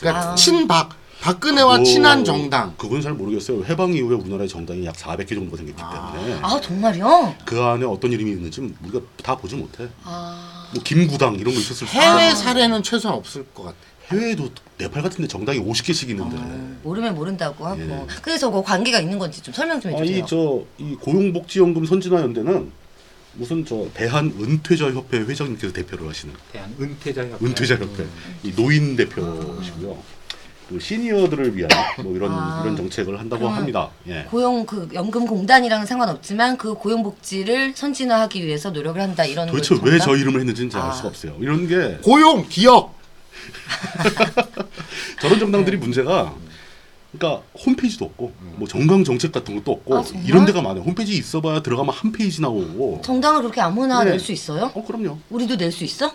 그러니까
아.
친박 박근혜와
오,
친한 정당
그건 잘 모르겠어요. 해방 이후에 우리나라의 정당이 약 400개 정도가 생겼기 때문에
아
네.
정말요?
그 안에 어떤 이름이 있는지 우리가 다 보지 못해.
아,
뭐 김구당 이런 거 있었을 수도
해외
있고.
사례는 최소한 없을 것 같아.
해외에도 네팔 같은 데 정당이 50개씩 있는데.
아. 모르면 모른다고 하고
예.
그래서 그 관계가 있는 건지 좀 설명 좀
아,
해주세요.
이 저 이 고용복지연금 선진화연대는 무슨 저 대한 은퇴자협회 회장님께서 대표를 하시는
대한 은퇴자협회.
네.
은퇴자협회 이 노인 대표시고요. 그 시니어들을 위한 뭐 이런
아.
이런 정책을 한다고
그러면
합니다. 예.
고용 그 연금 공단이랑은 상관없지만 그 고용 복지를 선진화하기 위해서 노력을 한다 이런
도대체
거였던가?
왜 저 이름을 했는지는 잘 알
아.
수가 없어요. 이런 게
고용 기업
저런 정당들이
네.
문제가 그러니까 홈페이지도 없고 뭐 정강 정책 같은 것도 없고
음. 아, 정말?
이런 데가 많아요. 홈페이지 있어봐야 들어가면 한 페이지 나오고.
정당을 그렇게 아무나
네.
낼 수 있어요?
어 그럼요.
우리도 낼 수 있어?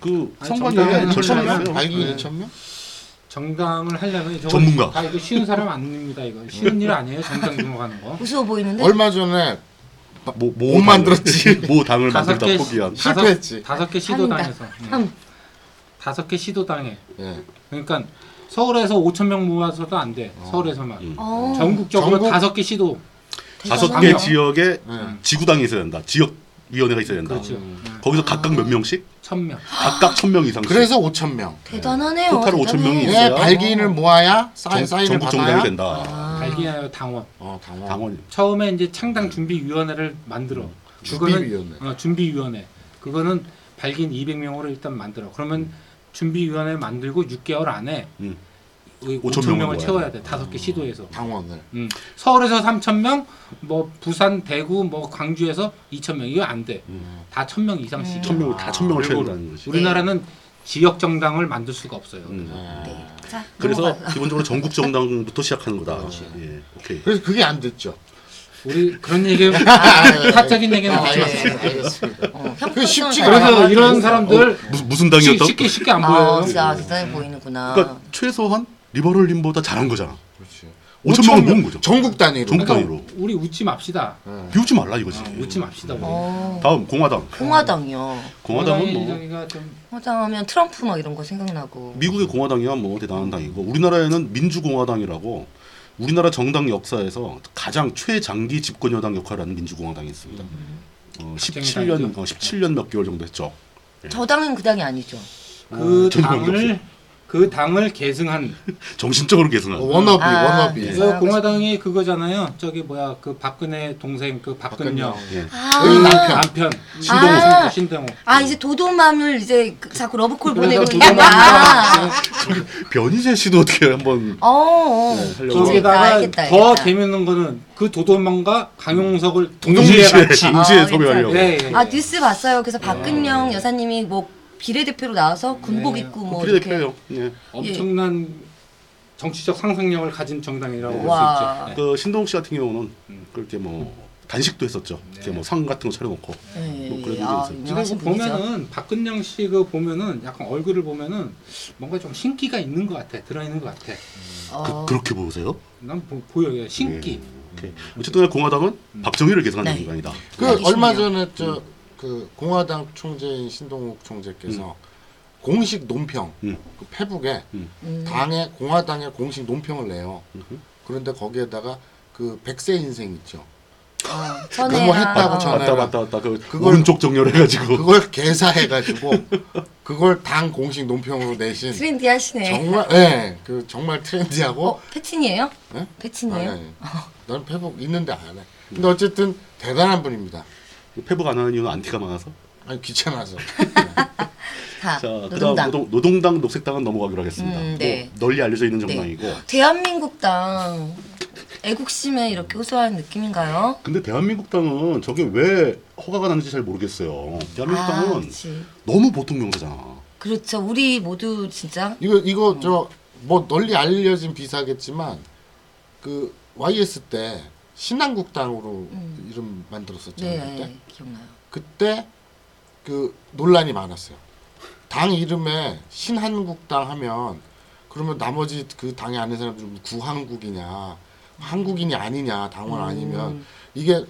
그
아니,
성관이
정당은
절차가
하려면
있어요.
알기
네.
2천 명?
정당을 하려면 저거
전문가.
다 이거 쉬운 사람 아닙니다 이거 쉬운 일 아니에요 정당 등록하는 거.
우스워 보이는데
얼마 전에
뭐,
못
당을-
만들었지.
모 당을
다섯
만들다
개
포기한.
다섯-
실패했지.
다섯 개 시도
합니다.
당해서. 응.
참.
다섯 개 시도 당해.
예.
그러니까 서울에서 5천 명 모아서도 안 돼. 서울에서만.
음.
어,
전국적으로
전국-
다섯 개 시도.
다섯
대단하네요.
개 지역에 지구당이 있어야 된다. 지역 위원회가 있어야 된다.
그렇죠.
거기서 각각 몇 명씩?
천 명.
각각 천 명 이상씩.
그래서 5천 명.
대단하네요.
토탈 오천
대단해.
명이
예,
있어요?
발기인을 모아야
정,
사인, 사인을
전국 정당이
받아야
된다.
발기하여 당원.
어, 당원.
당원.
처음에 이제 창당 준비위원회를 만들어. 그거는-
준비위원회.
어, 준비위원회. 그거는 발기인 200명으로 일단 만들어. 그러면 준비위원회 만들고 6개월 안에
음.
5천
5,000 명을
명을
모아야
채워야 돼. 다섯 개 시도에서.
당원을.
음. 서울에서 3천 명, 뭐 부산, 대구, 뭐
음.
광주에서 2천 명 이거 안 돼. 다 천 명 이상씩.
천 명을 다 천 명을 채운다는 거지.
우리나라는 지역 정당을 만들 수가 없어요.
음.
예.
네. 자,
그래서
아.
넘어가요.
기본적으로 전국 정당부터 시작하는 거다. 예, 오케이.
그래서 그게 안 됐죠.
우리 그런 얘기 사적인 얘기는
아,
하지
예,
마세요.
예, 알겠습니다.
네, 어, 협-
그 쉽지
협상은
않아.
그래서 이런
어,
사람들
무슨, 무슨
쉽-
당이었다?
쉽게 아. 쉽게 안
아,
보여요.
진짜 대단해 보이는구나.
그러니까 최소한 리버럴님보다 잘한 거잖아.
그렇지.
5천만 원 모은 거죠.
전국 단위로. 예.
전국
그러니까
단위로.
우리 웃지 맙시다.
비웃지 말라 이거지.
아. 웃지 맙시다. 우리.
어,
다음 공화당.
공화당이요.
공화당은 뭐
이정희가 좀
공화당하면 트럼프 막 이런 거 생각나고.
미국의 공화당이야 뭐 대단한 당이고 우리나라에는 민주공화당이라고 우리나라 정당 역사에서 가장 최장기 집권 여당 역할을 하는 민주공화당이 있습니다.
음.
어, 17년
당이죠.
어, 17년 몇 개월 정도 했죠.
저 당은 그 당이 아니죠.
그
전혀 관계없어요.
당을 그 당을 계승한
정신적으로 계승한.
워너비,
아,
워너비.
예.
그 공화당이 그거잖아요. 저기 뭐야 그 박근혜 동생 그 박근영
예.
여기
아,
남편.
남편
신동호. 아.
신동호
아 이제 도도맘을 이제 그- 자꾸 러브콜 보내고 아.
그래서
있는
도도맘과
거야.
변희재 씨도 어떻게 한번
어, 어.
하려고.
거기다가
알겠다, 알겠다.
더 재밌는 거는 그 도도망과 강용석을 동시에
동시에
같이
동시에
아,
섭외하려고.
예, 예.
아 뉴스 봤어요. 그래서 박근영 여사님이 뭐 비례대표로 나와서 군복
네.
입고 뭐 이렇게.
그 비례대표예요. 예.
엄청난 정치적 상상력을 가진 정당이라고 볼 수
와.
있죠. 네.
그 신동욱 씨 같은 경우는 그렇게 뭐 단식도 했었죠.
네.
이렇게 뭐 상 같은 거 차려놓고.
예,
뭐 그런 일이
아,
있었죠.
지금
유명하신 분이죠.
보면은 박근영 씨 그 보면은 약간 얼굴을 보면은 뭔가 좀 신기가 있는 것 같아 들어있는 것 같아
어,
그, 렇게 보세요?
난 보, 보여요 신기
오케이.
음.
어쨌든 공화당은 박정희를 계승하는
네.
공간이다.
그
알겠습니다.
얼마 전에 저 그 공화당 총재인 신동욱 총재께서 공식 논평
음.
그 페북에
음.
당의 공화당의 공식 논평을 내요. 그런데 거기에다가 그 백세 인생 있죠.
아,
그거 했다고
어.
전-
맞다 맞다 맞다. 그
그걸-
오른쪽 정렬해가지고.
그걸 개사해가지고 그걸 당 공식 논평으로 내신
트렌디하시네.
정말 예그 정말 트렌디하고
어, 패친이에요?
예?
패친이에요?
아니, 아니. 난 페북 있는데 안 해. 근데 어쨌든 대단한 분입니다.
그
페북 안 하는 이유는 안티가 많아서.
아니 귀찮아서.
다
자, 그다음
아, 노동당.
노동, 노동당 녹색당은 넘어가기로 하겠습니다.
음, 네.
뭐 널리 알려져 있는 정당이고.
대한민국당 애국심에 이렇게 호소하는 느낌인가요?
근데 대한민국당은 저게 왜 허가가 나는지 잘 모르겠어요.
아,
대한민국당은
그렇지.
너무 보통 명사잖아.
그렇죠. 우리 모두 진짜
이거 이거 저 뭐 널리 알려진 비사겠지만 그 YS 때 신한국당으로
음.
이름 만들었었잖아요.
네,
그때.
네 기억나요.
그때 그 논란이 많았어요. 당 이름에 신한국당 하면 그러면 나머지 그 당에 아는 사람들은 구한국이냐 한국인이 아니냐
음.
당원 아니면 이게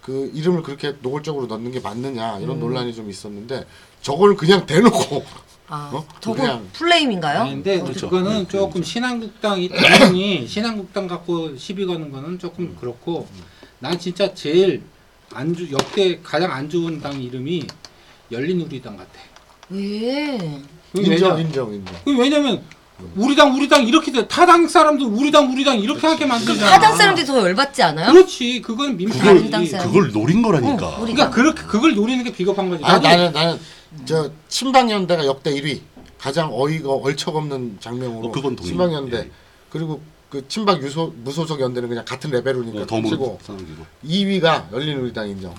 그 이름을 그렇게 노골적으로 넣는 게 맞느냐
음.
이런 논란이 좀 있었는데 저걸 그냥 대놓고
아,
어?
저거
그냥-
플레임인가요? 어,
아닌데
그렇죠.
그거는
네,
조금 신한국당이 당연히 신한국당 갖고 시비 거는 거는 조금 그렇고 난 진짜 제일 안주 역대 가장 안 좋은 당 이름이 열린우리당 같아.
왜?
그
인정
왜냐?
인정 인정.
그 왜냐면 우리 당 우리 당 이렇게 돼. 타당 사람도 우리 당 우리 당 이렇게 하게 만들잖아.
하단 사람들이 더 열받지 않아요?
그렇지. 그건 민주당이.
그걸- 당사야.
그걸 노린 거라니까.
어, 우리-
그러니까 그렇게 그걸 노리는 게 비겁한 거지.
아
나도
나는 나는 저 친박연대가 역대 1위 가장 어이가 얼척없는 장면으로
어, 그건 동의.
친박연대
예.
그리고 그 친박 유소 무소속 연대는 그냥 같은 레벨이니까
어, 더불어
그러니까 치고
싸우기고.
2위가 열린우리당 인정.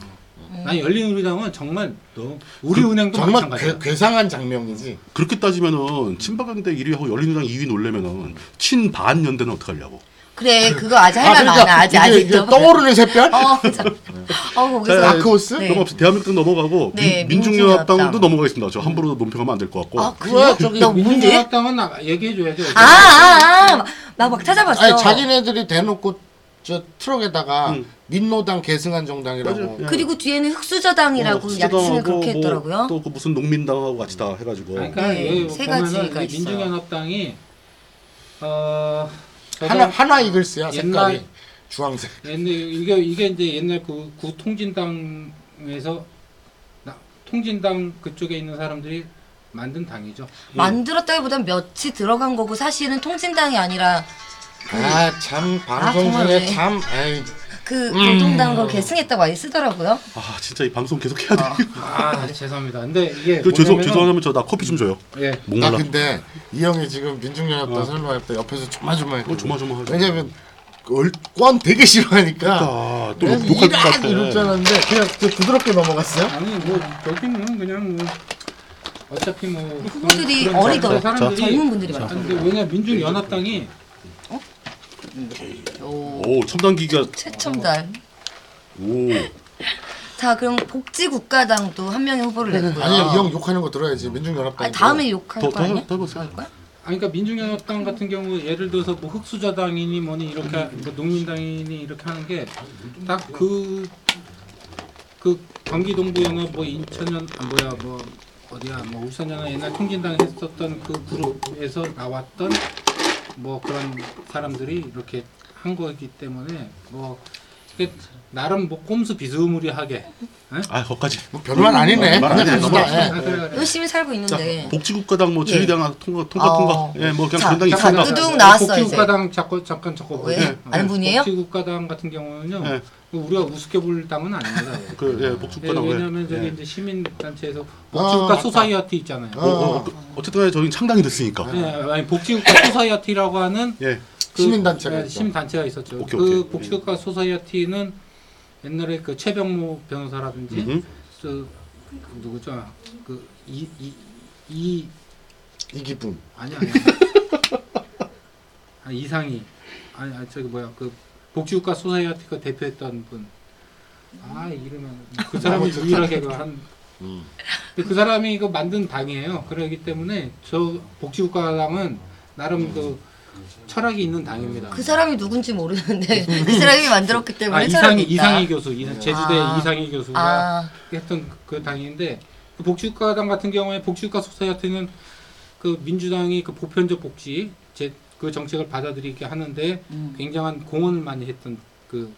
음.
난 열린우리당은 정말 너 우리 은행도
정말 그,
마찬가지야.
괴, 괴상한 장면이지.
그렇게 따지면은 친박연대 1위하고 열린우당 2위 놀려면은 친반 연대는 어떻게 하려고?
그래, 그거 아직 할 말 많아. 아직
그러니까 이게-
아직
이게 떠오르는 샛별?
어, 참. 어, 거기서
자,
다크호스?
네.
넘어갑시다. 대한민국당 넘어가고
네,
민, 중연합당도
민중연합당.
넘어가겠습니다. 저 함부로 논평하면 안 될 것 같고.
아, 그래요?
저기
나 뭔데?
민주당은 얘기해 줘야 돼.
아, 아, 아, 나 막 찾아봤어.
아니 자기네들이 대놓고 저 트럭에다가
음.
민노당 계승한 정당이라고.
맞아요.
그리고 뒤에는
어,
흑수저당이라고 약칭을 그렇게 했더라고요.
뭐 또그 무슨 농민당하고 같이 다 해가지고.
그러니까
네,
여기
세
보면은
가지가
이
있어요.
민중연합당이 어 저도
하나 하나 이글스야 색깔이
옛날-
주황색.
옛날 이게 이게 이제 옛날 그 구통진당에서 나- 통진당 그쪽에 있는 사람들이 만든 당이죠.
만들었다기보단 몇이 들어간 거고 사실은 통진당이 아니라
아 참 방송
정말
중에
왜?
참 아이
그 노동당 걸 계승했다고 아예 쓰더라고요.
아 진짜 이 방송 계속 해야 돼.
네.
아 죄송합니다. 근데 이게
그 죄송
뭐냐면은-
죄송하면 저 나 커피 좀 줘요.
예.
나
목말라.
근데 이 형이 지금 민중연합당 설명할 때 옆에서 조마조마해.
어, 조마조마하죠.
왜냐면 그권 되게 싫어하니까.
아, 또
그래서
욕할 것
이락
같아.
그 이럴 줄 알았는데 그냥 저 부드럽게 넘어갔어요.
아니 뭐 여기는 그냥 뭐 어차피 뭐 그런-
후보들이
그런
어리더라고요.
사람들이
젊은 분들이
아니,
많아요.
근데
네,
왜냐 민중연합당이
오,
오 첨단 기기가
최첨단.
오
자 그럼 복지국가당도 한 명의 후보를 냈고요.
네. 아니 이 형 뭐, 욕하는 거 들어야지 민중연합당.
아니, 다음에 욕할 거
더- 더
아니야?
해- 더 해보세요.
할 거야?
아니 그러니까 민중연합당 같은 경우 예를 들어서 뭐 흑수저당이니 뭐니 이렇게 뭐 농민당이니 이렇게 하는 게 딱 그 그 경기 동부연합 뭐 인천연 아, 뭐야 뭐 어디야 뭐 울산연합 옛날 통진당 했었던 그 그룹에서 나왔던 뭐 그런 사람들이 이렇게 한 거기 때문에 뭐 이게 나름 뭐 꼼수 비스무리하게
아 거까지
뭐 별말 아니네.
별말
그냥
아니네.
갑시다. 예.
아, 그래, 그래.
열심히 살고
자
있는데
복지국가당 뭐
예.
진리당 통과 통과
어.
통과 예뭐 그냥
자,
그런 당이
잠깐,
있습니다.
뚜둥 나왔어요,
복지국가당 잠깐 잠깐 잠깐 예.
왜? 아는 분이에요?
복지국가당 같은 경우는요.
예.
우리가 우습게 볼 당은 아닙니다.
그, 예,
예,
복지국가당
왜냐하면 저기
예.
이제 시민단체에서
아,
복지국가
맞다.
소사이어티 있잖아요.
어, 어, 쨌든 저희 창당이 됐으니까.
예, 아니 복지국가 소사이어티라고 하는
예.
그,
시민단체가
예,
있죠.
시민단체가 있었죠.
오케이,
그
오케이.
복지국가 소사이어티는 옛날에 그 최병모 변호사라든지
음.
그 누구죠? 그이이 이, 이-
예. 이기분.
아니 아니 아, 이상이 아니, 아니 저기 뭐야 그 복지국가 소사이어티가 대표했던 분 아 이름은 그 사람이
아무튼.
유일하게 그한
음.
근데 그 사람이 이거 만든 당이에요. 그러기 때문에 저 복지국가당은 나름 그 철학이 있는 당입니다.
그 사람이 누군지 모르는데
네.
이 사람이 만들었기 때문에
아
사람이
이상희
있다.
이상희 교수 이- 제주대
아.
이상희 교수가
아
했던 그 당인데 그 복지국가당 같은 경우에 복지국가 소사이어티는 그 민주당이 그 보편적 복지 제 그 정책을 받아들이게 하는데
음.
굉장한 공헌을 많이 했던 그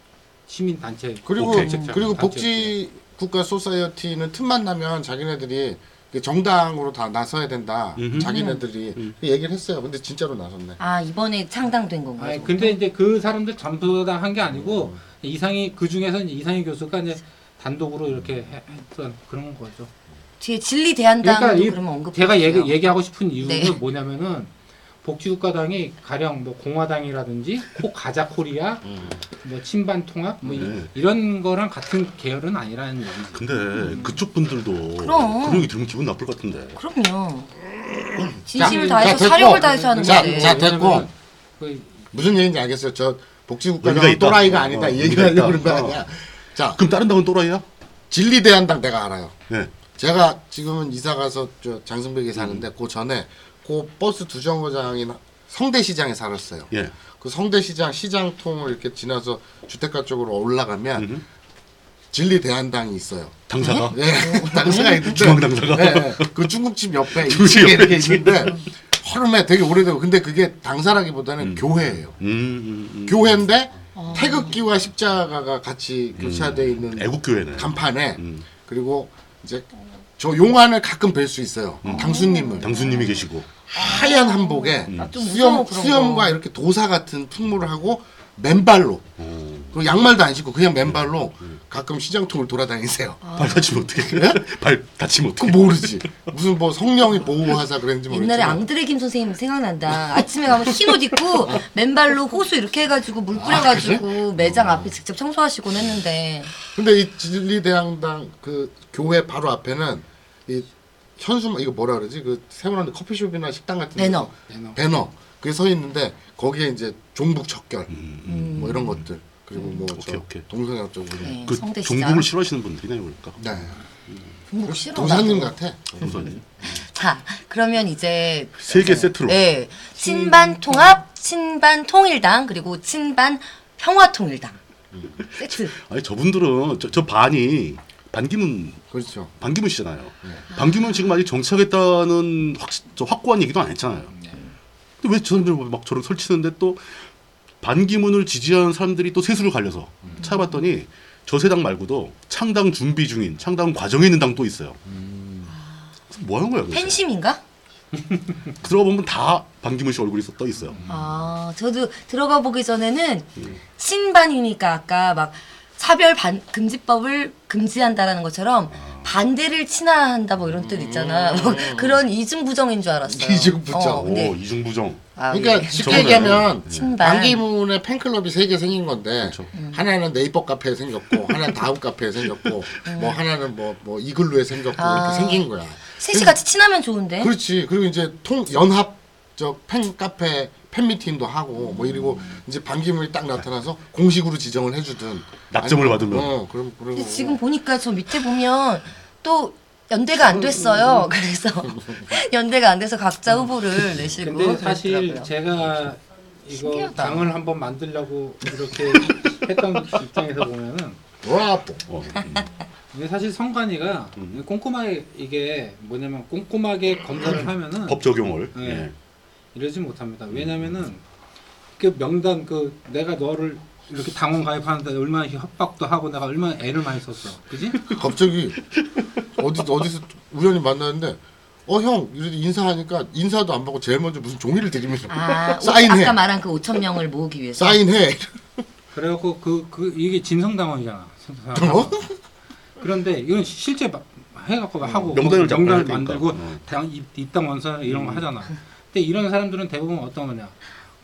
시민 단체
그리고
오케이. 아,
그리고 복지 국가 소사이어티는 틈만 나면 자기네들이 그 정당으로 다 나서야 된다.
음흠.
자기네들이 그 얘기를 했어요. 근데 진짜로 나섰네.
아 이번에 창당된 건가요?
아니, 근데 이제 그 사람들 전부 다 한 게 아니고 이상희 그 중에서 이상희 교수가 이제 단독으로 이렇게 해- 했던 그런 거죠.
뒤에 진리 대한당도
그러니까 이-
그러면 언급.
제가 얘기, 얘기하고 싶은 이유는
네.
뭐냐면은 복지국가당이 가령 뭐 공화당이라든지 코 가자코리아
음.
뭐 친반통합 뭐 이-
네.
이런 거랑 같은 계열은 아니라는 얘기죠.
근데 그쪽 분들도
그럼.
그런 얘기 들으면 기분 나쁠 것 같은데.
그럼요. 진심을
자,
다해서
됐고.
사력을 다해서 네. 하는
자,
건데.
자, 됐고.
왜냐면은 그
무슨 얘기인지 알겠어요. 저
의미가
복지국가장
있다.
또라이가
어,
아니다.
어,
이 얘기를
의미가 있다.
하려고 그런 거
어.
아니야. 자,
그럼 다른 당은 또라이야?
진리대한당 내가 알아요.
예.
제가 지금은 이사 가서 저 장승백에 사는데
음.
그 전에 그 버스 두 정거장인 성대시장에 살았어요.
예.
그 성대시장 시장통을 이렇게 지나서 주택가 쪽으로 올라가면
음.
진리대한당이 있어요.
당사가
네?
예, 당사가 있는데
중앙 당사가?
예, 예. 그 중국집 옆에
중국집
2층에 이렇게
옆에
있는데 허름해 되게 오래되고 근데 그게 당사라기보다는 교회예요.
음, 음, 음.
교회인데
어.
태극기와 십자가가 같이 교차돼 있는
음. 애국교회네.
간판에
음.
그리고 이제 저 용안을 가끔 뵐 수 있어요. 당수님을
음. 당수님이 음. 계시고.
하얀 한복에
나좀 아, 무서워,
수염
그런
수염과
거.
이렇게 도사 같은 풍물을 하고 맨발로
오. 음.
그리고 양말도 안 신고 그냥 맨발로 가끔 시장통을 돌아다니세요.
발 다치면
네?
어떡해? 발 다치면
그
어떡해?
모르지. 무슨 뭐 성령이 보호하사 그랬는지 모르지.
옛날에 앙드레 김 선생님 생각난다. 아침에 가면 흰 옷 입고 맨발로 호수 이렇게 해가지고 물
아,
뿌려가지고 매장 앞에 직접 청소하시곤 했는데
근데 이 진리대항당 그 교회 바로 앞에는 이 현수 이거 뭐라 그러지? 그 세월한데 커피숍이나 식당 같은
배너.
데서 배너 그게 서 있는데 거기에 이제 종북 척결 뭐 이런 것들 그리고
음, 오케이,
뭐저
오케이.
동서양 쪽으로
음. 네,
그
성대시장
종북을 싫어하시는 분들이네요, 그러니까.
네
종북 싫어.
도사님 같아.
우선
자 그러면 이제
세개 세트로.
네. 친반 통합, 친반 통일당 그리고 친반 평화 통일당
음. 그렇죠.
세트.
아니 저분들은 저, 저 반이 반기문
그렇죠.
반기문 씨잖아요.
네.
반기문 지금 아직 정치하겠다는 확, 저 확고한 얘기도 안 했잖아요.
네.
근데 왜 저런 사람들 막 저런 설치는데 또 반기문을 지지하는 사람들이 또 세수를 갈려서
음.
찾아봤더니 저세당 말고도 창당 준비 중인 창당 과정에 있는 당도 있어요.
음.
그래서 뭐 하는 거야? 도대체?
팬심인가?
들어가 보면 다 반기문 씨 얼굴이 떠 있어요.
아, 저도 들어가 보기 전에는 신반이니까 아까 막 차별 반, 금지법을 금지한다라는 것처럼
아.
반대를 친화한다 뭐 이런 뜻 있잖아. 뭐 그런 이중 부정인 줄 알았어요.
음. 이중 부정.
어, 근데
오 이중부정.
아,
그러니까
예.
쉽게
저거는- 네.
얘기하면
신발. 음.
안기문의 팬클럽이 세 개 생긴 건데
그렇죠.
하나는 네이버 카페에 생겼고 하나는 다음 카페에 생겼고 뭐 하나는 뭐 뭐 이글루에 생겼고
음. 아.
이렇게 생긴 거야.
셋이 같이 친하면 좋은데.
그렇지. 그리고 이제 통 연합적 팬 카페 팬 미팅도 하고 뭐 이러고 이제 반기문이 딱 나타나서 공식으로 지정을 해주든
낙점을
아니면-
받으면.
어 그럼 그리고
근데 지금 보니까 저 밑에 보면 또 연대가 안
음,
됐어요. 그래서 연대가 안 돼서 각자 후보를 내시고
근데 사실
네, 그러더라고요. 네.
제가 이거
신기하다.
당을 한번 만들려고 이렇게 했던 입장에서 보면은
브라보
어, 음.
근데 사실 성관이가
음.
꼼꼼하게 이게 뭐냐면 꼼꼼하게
음.
검사를 하면은
법 적용을.
네.
예.
이러지 못합니다. 왜냐면은 그 명단 그 내가 너를 이렇게 당원 가입하는데 얼마나 협박도 하고 내가 얼마나 애를 많이 썼어. 그지?
갑자기 어디 어디서 우연히 만났는데 어 형 이래서 인사하니까 인사도 안 받고 제일 먼저 무슨 종이를 드리면서
아, 오-
사인해
아까 말한 그 5천 명을 모으기 위해서.
사인해
그래갖고 그, 그 이게 진성당원이잖아.
어?
그런데 이건 실제 막 해갖고 막 하고
명단을
뭐 명단을
작성해야 되니까.
만들고
어. 음.
당 입- 입당 원서 이런 거 하잖아. 근데 이런 사람들은 대부분 어떤 거냐?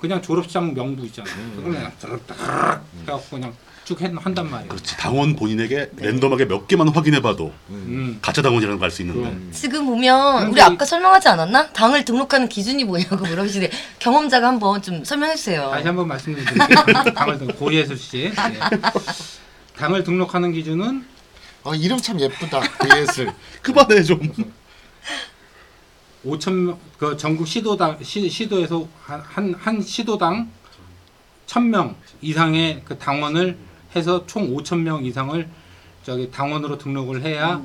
그냥 졸업장 명부 있잖아.
음.
그걸 그냥 드르륵 해갖고 그냥 쭉 했- 한단 말이야.
그렇지. 당원 본인에게 랜덤하게 몇 개만 확인해봐도
음.
가짜 당원이라는 걸 알 수 있는데.
그럼.
지금 보면 우리
그런데 이-
아까 설명하지 않았나? 당을 등록하는 기준이 뭐냐고 물어보시는데 경험자가 한번 좀 설명해 주세요.
다시 한번 말씀드릴게요. 당을 등 고예술 씨. 예. 당을 등록하는 기준은
아 이름 참 예쁘다 아, VS
그만해 좀.
5천 그 전국 시도당 시, 시도에서 한한 한 시도당 1,000명 이상의 그 당원을 해서 총 5천 명 이상을 저기 당원으로 등록을 해야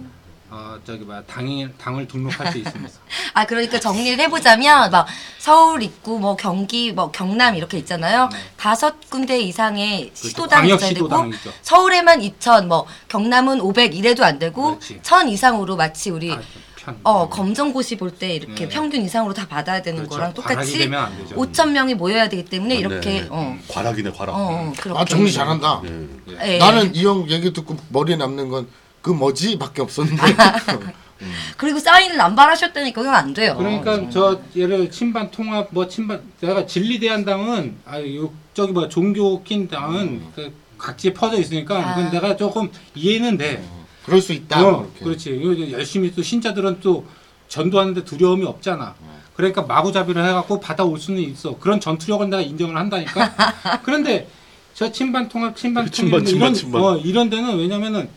어 저기 뭐야 당일 당을 등록할 수 있습니다.
아 그러니까 정리를 해보자면 막 서울 있고 뭐 경기 뭐 경남 이렇게 있잖아요. 다섯 군데 이상의 시도당
네. 그렇죠. 광역
있어야 되고
시도당이죠.
서울에만 2천 뭐 경남은 500 이래도 안 되고
그렇지.
1000 이상으로 마치 우리
아, 편.
어 검정고시 볼 때 이렇게
네.
평균 이상으로 다 받아야 되는
그렇죠.
거랑
과락이
똑같이
되면 안 되죠.
5천 명이 모여야 되기 때문에 이렇게
네.
어,
과락이네 과락.
어, 어 그렇게
아 정리 잘한다
예.
예.
나는 이 형 얘기 듣고 머리에 남는 건 그 뭐지밖에 없었는데
그리고 사인을 안 발하셨다니까 그건 안 돼요. 네.
그러니까 저 예를 들어 친반 통합 뭐 친반 내가 진리대한당은 아유 저기 뭐 종교 낀 당은 그 각지에 퍼져 있으니까
아.
그건 내가 조금 이해는 돼.
그럴 수 있다
어,
이렇게.
그렇지. 이거 열심히 또 신자들은 또 전도하는데 두려움이 없잖아.
어.
그러니까 마구잡이를 해갖고 받아올 수는 있어. 그런 전투력은 내가 인정을 한다니까. 그런데 저 친반 통합, 친반
그래,
통일
친반, 친반,
이런
친반.
어, 이런 데는 왜냐면은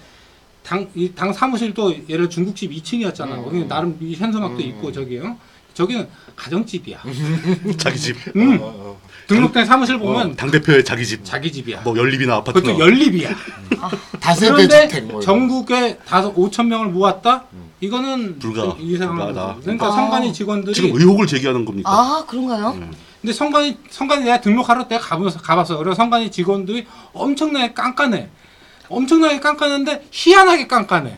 당, 이, 당 사무실도 예를 들어 중국집 2층이었잖아.
음. 음.
거기 나름 이 현수막도 있고 저기 어? 저기는 가정집이야.
자기 집. 어,
음,
어, 어.
등록된 사무실 보면
당 대표의 자기 집.
자기 집이야.
뭐 연립이나 아파트나.
그것도 연립이야.
다세대
그런데
주택 뭐 이런. 음.
전국에 다섯 5천 명을 모았다? 이거는
불가-
이상한
불가하다.
거죠. 그러니까
아.
성관이 직원들이
지금 의혹을 제기하는 겁니까?
아 그런가요?
네. 근데 성관이 성관이 내가 등록하러 내가 가봤어 가봤어. 그래서 성관이 직원들이 엄청나게 깐깐해. 엄청나게 깐깐한데 희한하게 깐깐해.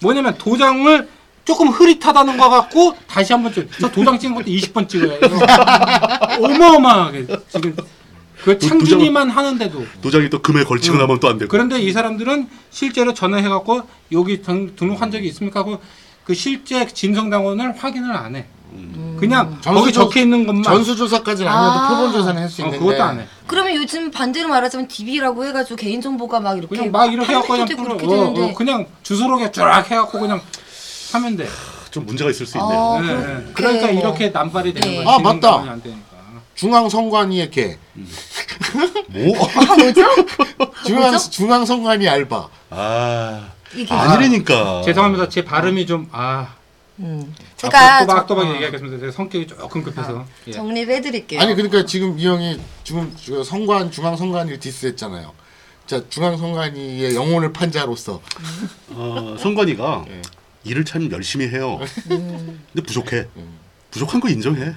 뭐냐면 도장을 조금 흐릿하다는 거 같고 다시 한번 찍. 저 도장 찍은 것도 20번 찍어요. 어마어마하게 지금 그
도-
창준이만 하는데도.
도장이 또 금에 걸치고 나면 또 안
예,
되고.
음. 그런데 이 사람들은 실제로 전화해갖고 여기 등, 등록한 적이 있습니까 하고 그 실제 진성당원을 확인을 안 해.
음.
그냥 거기
음. 전수조-
적혀 있는 것만
전수조사까지는 아니어도
아.
표본조사는 할 수
어,
있는데
그것도 안 해.
그러면 요즘 반대로 말하자면 DB라고 해가지고 개인정보가 막 이렇게
그냥 막 이렇게 해갖고 그냥
되고
풀어.
이렇게
어,
되는데
어, 그냥 주소록에 쫙 해갖고 그냥 하면 돼.
좀 문제가 있을 수
어,
있네요.
네,
그렇게
네. 그러니까
뭐.
이렇게 남발이 되는
네.
거야.
아,
지금
맞다.
당연히 안 되니까.
중앙선관위의 개
뭐?
중앙
뭐죠?
중앙선관위 알바
아
이게
아니라니까.
죄송합니다. 제 발음이 좀 아.
음. 제가
아, 또박또박
저- 아,
얘기하겠습니다. 제가 성격이 조금 급해서. 예.
정리를 해드릴게요.
아니 그러니까 지금 이 형이 지금 저 성관 중앙 선관위를 디스했잖아요. 자 중앙 선관위의 영혼을 판자로서
어, 성관이가
예.
일을 참 열심히 해요. 근데 부족해. 부족한 거 인정해.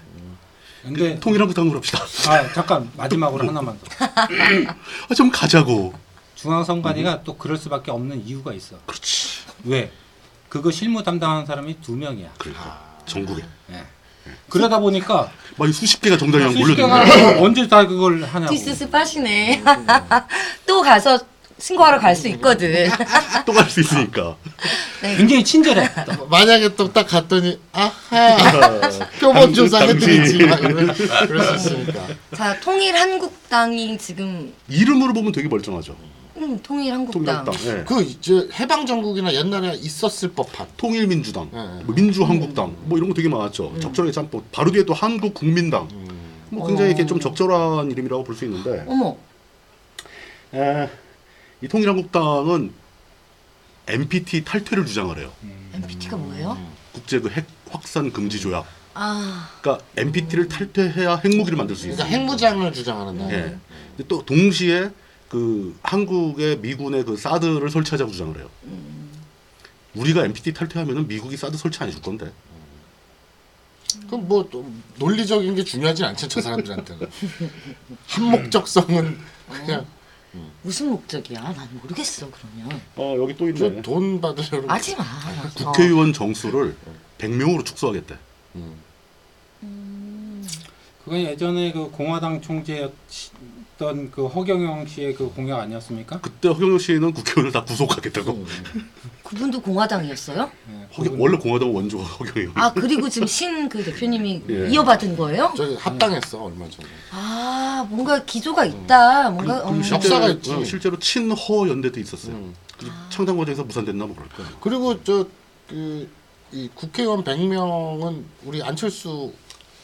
근데
통일한국당 으로 합시다.
아 잠깐 마지막으로 하나만 더.
아, 좀 가자고.
중앙선관위가 또 그럴 수밖에 없는 이유가 있어.
음. 그렇지.
왜? 그거 실무 담당하는 사람이 두 명이야.
그러니까 전국에
예. 그러다 보니까
막 수십 개가 음. 정당이랑 몰려드는
수식회가
거야.
언제 다 그걸 하냐고.
디스스 빠시네. 또 가서 신고하러 갈 수 있거든.
또 갈 수 있으니까.
굉장히 친절해.
만약에 또 딱 갔더니 아하 표본 조사해드리지 막 이러면 그럴 수 있으니까
자, 통일한국당이 지금
이름으로 보면 되게 멀쩡하죠.
음, 통일한국당.
통일당, 예.
그 이제 해방전국이나 옛날에 있었을 법한
통일민주당,
네.
뭐 민주한국당, 뭐 이런 거 되게 많았죠. 적절하게 짬뽕. 바로 뒤에 또 한국국민당.
음.
뭐 굉장히 이렇게 좀 적절한 이름이라고 볼 수 있는데
어머,
에, 이 통일한국당은 NPT 탈퇴를 주장을 해요.
MPT가 뭐예요?
국제 그 핵 확산 금지 조약.
아,
그러니까 NPT를 탈퇴해야 핵무기를 만들 수
그러니까
있어요.
핵무장을
네.
주장하는
예.
날
근데 또 동시에 그 한국의 미군의 그 사드를 설치하자고 주장을 해요.
음.
우리가 NPT 탈퇴하면은 미국이 사드 설치 안 해줄 건데.
그럼 뭐또 논리적인 게 중요하진 않죠 저 사람들한테는 한목적성은 그냥
무슨 목적이야? 난 모르겠어, 그러면.
어 여기 또
저돈
어,
받으려고
하지 마. 알았어.
국회의원 정수를 100명으로 축소하겠대.
그건 예전에 그 공화당 총재였던 그 허경영 씨의 그 공약 아니었습니까?
그때 허경영 씨는 국회의원을 다 구속하겠다고.
음.
그분도 공화당이었어요?
예,
허경-
그분-
원래 공화당 원조 허경영.
아, 그리고 지금 신 그 대표님이
예.
이어받은 거예요?
저기 합당했어 얼마 전에
아, 뭔가 기조가 있다. 뭔가 어.
그 셔- 역사가 있지.
실제로 친허 연대도 있었어요.
음.
그 창당 과정에서 무산됐나 뭐 그럴 거야.
그리고 저그이 국회의원 100명은 우리 안철수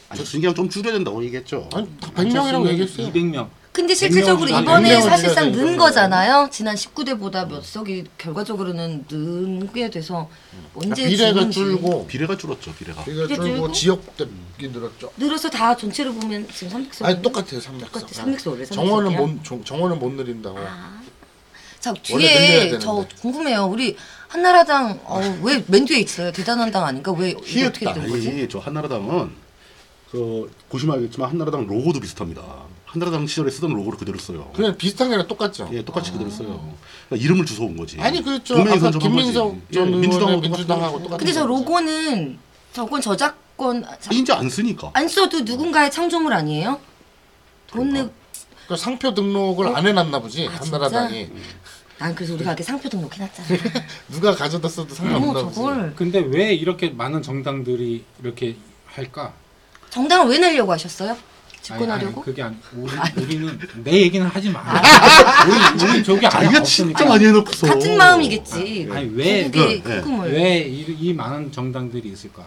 아니 그냥 좀 줄여야 된다고 얘기했죠.
아니 100명이라고 얘기했어요
200명.
근데 실질적으로
백명은
이번에
백명은
사실상
아, 지나서
는
이번에.
거잖아요. 지난 19대보다 몇 석이 결과적으로는 늘게 돼서 언제
아, 비례가
줄는지.
줄고
어, 비례가 줄었죠. 비례가.
비례가
비례 줄고.
줄고 지역 대기 늘었죠
늘어서 다 전체로 보면 지금 300석.
아니 똑같아요 삼백석
똑같아, 삼백석 원래
정원은
삼백석이야. 아.
못 정- 정원은 못 늘린다고
자
늘려야
뒤에
되는데.
저 궁금해요. 우리 한나라당 어, 왜 맨 뒤에 있어요? 대단한 당 아닌가? 왜 이거 어떻게 된 거지?
아니 저 한나라당은 그 보시면 알겠지만 한나라당 로고도 비슷합니다. 한나라당 시절에 쓰던 로고를 그대로 써요.
그냥 비슷한 게 아니라 똑같죠
예, 똑같이 그대로 써요. 그러니까 이름을 주워온 거지.
아니 그렇죠
도매
아까
선점한
김민석
거지.
전
예,
의원의
민주당하고
민주당하고 똑같은
근데 저
거죠.
로고는 저건 저작권 아, 자-
이제 안 쓰니까.
안 써도 누군가의 창조물 아니에요? 돈
그러니까.
내.
그 상표 등록을 안 해놨나 보지
아,
한나라당이
난 그래서 우리가 이렇게 상표 등록해놨잖아.
누가 가져다 써도
어머
상관없나 보지
저걸
근데 왜 이렇게 많은 정당들이 이렇게 할까?
정당을 왜 내려고 하셨어요?
아니, 아니,
집권하려고?
그게 아니. 우리, 우리는 내 얘기는 하지 마. 우리 우리 저기 아예
자기가
없으니까.
진짜 많이 해놓고서
같은 마음이겠지.
그 아니, 왜
그게
그걸, 예.
그 꿈을.
왜이 이 많은 정당들이 있을까?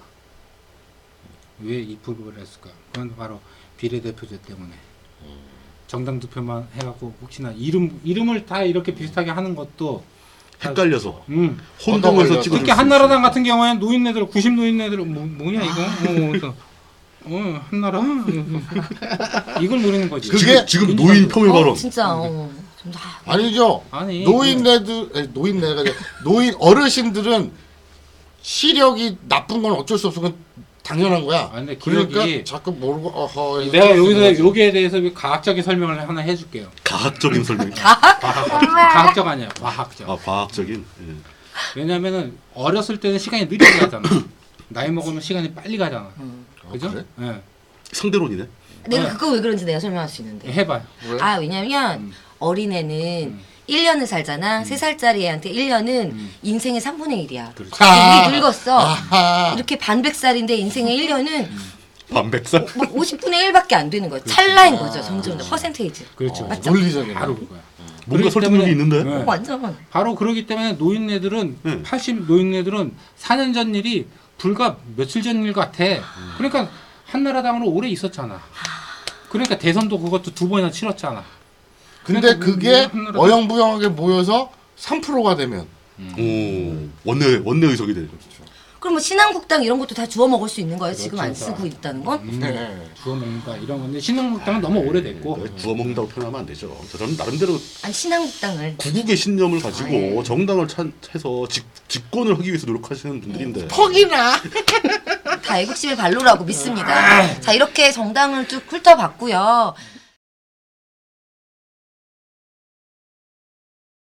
왜 이 부분을 했을까? 그건 바로 비례대표제 때문에 정당 투표만 해갖고 혹시나 이름 이름을 다 이렇게 비슷하게 하는 것도
헷갈려서
음
혼동해서 찍어.
특히 한나라당 같은 경우에는 노인네들 90 노인네들 뭐, 뭐냐 이거 어, 어, 한나라 이걸 노리는 거지.
지금, 지금 노인 폄훼
어,
발언.
진짜
그러니까.
어, 좀 다.
아니죠
아니, 그
노인네들 아니, 노인네가 아니라 노인 어르신들은 시력이 나쁜 건 어쩔 수 없어 그건 당연한 거야
아, 근데 기록이-
그러니까 자꾸 모르고 어허 해서
내가
쓰는
여기서
거지.
여기에 대해서 과학적인 설명을 하나 해줄게요.
과학적인 설명.
과학적, 과학적 아니야, 과학적.
아 과학적인. 예.
왜냐면은 어렸을 때는 시간이 느리게 가잖아. 나이 먹으면 시간이 빨리 가잖아.
아,
그죠?
그래?
예.
상대론이네.
내가
네.
그거 왜 그런지 내가 설명할 수 있는데.
해봐요.
왜?
아 왜냐면
음.
어린애는 1년을 살잖아. 3살짜리 애한테 1년은 인생의 3분의 1이야.
음. 그렇지.
아.
우리 늙었어.
아하.
이렇게 반백살인데 인생의 1년은
음.
반백살.
뭐 50분의 1밖에 안 되는 거야. 찰나인 거죠. 점점 더 퍼센테이지.
그렇죠.
어, 논리적인
바로
바로
그거야.
뭔가
그렇기
설득력이
때문에-
있는데.
네.
완전
바로 그러기 때문에 노인네들은
음.
80 노인네들은 4년 전 일이 불과 며칠 전 일 같아. 그러니까 한나라당으로 오래 있었잖아. 그러니까 대선도 그것도 두 번이나 치렀잖아.
근데
그러니까
그게
우리나라-
어영부영하게 모여서 3%가 되면
오 음. 원내 원내 의석이 되는 거죠.
그럼 뭐 신한국당 이런 것도 다 주워 먹을 수 있는 거예요? 지금 안
그렇죠.
쓰고 있다는 건?
네.
주워 먹는다 이런 건데 신흥국당은 너무 오래됐고
네, 구워 먹는다고 표현하면 안 되죠. 저 사람 나름대로
아니 신한국당을
구국의
아,
신념을
예.
가지고 정당을 찬, 해서 직, 집권을 하기 위해서 노력하시는 분들인데
퍽이나
다 애국심의 발로라고 믿습니다. 자 이렇게 정당을 쭉 훑어봤고요.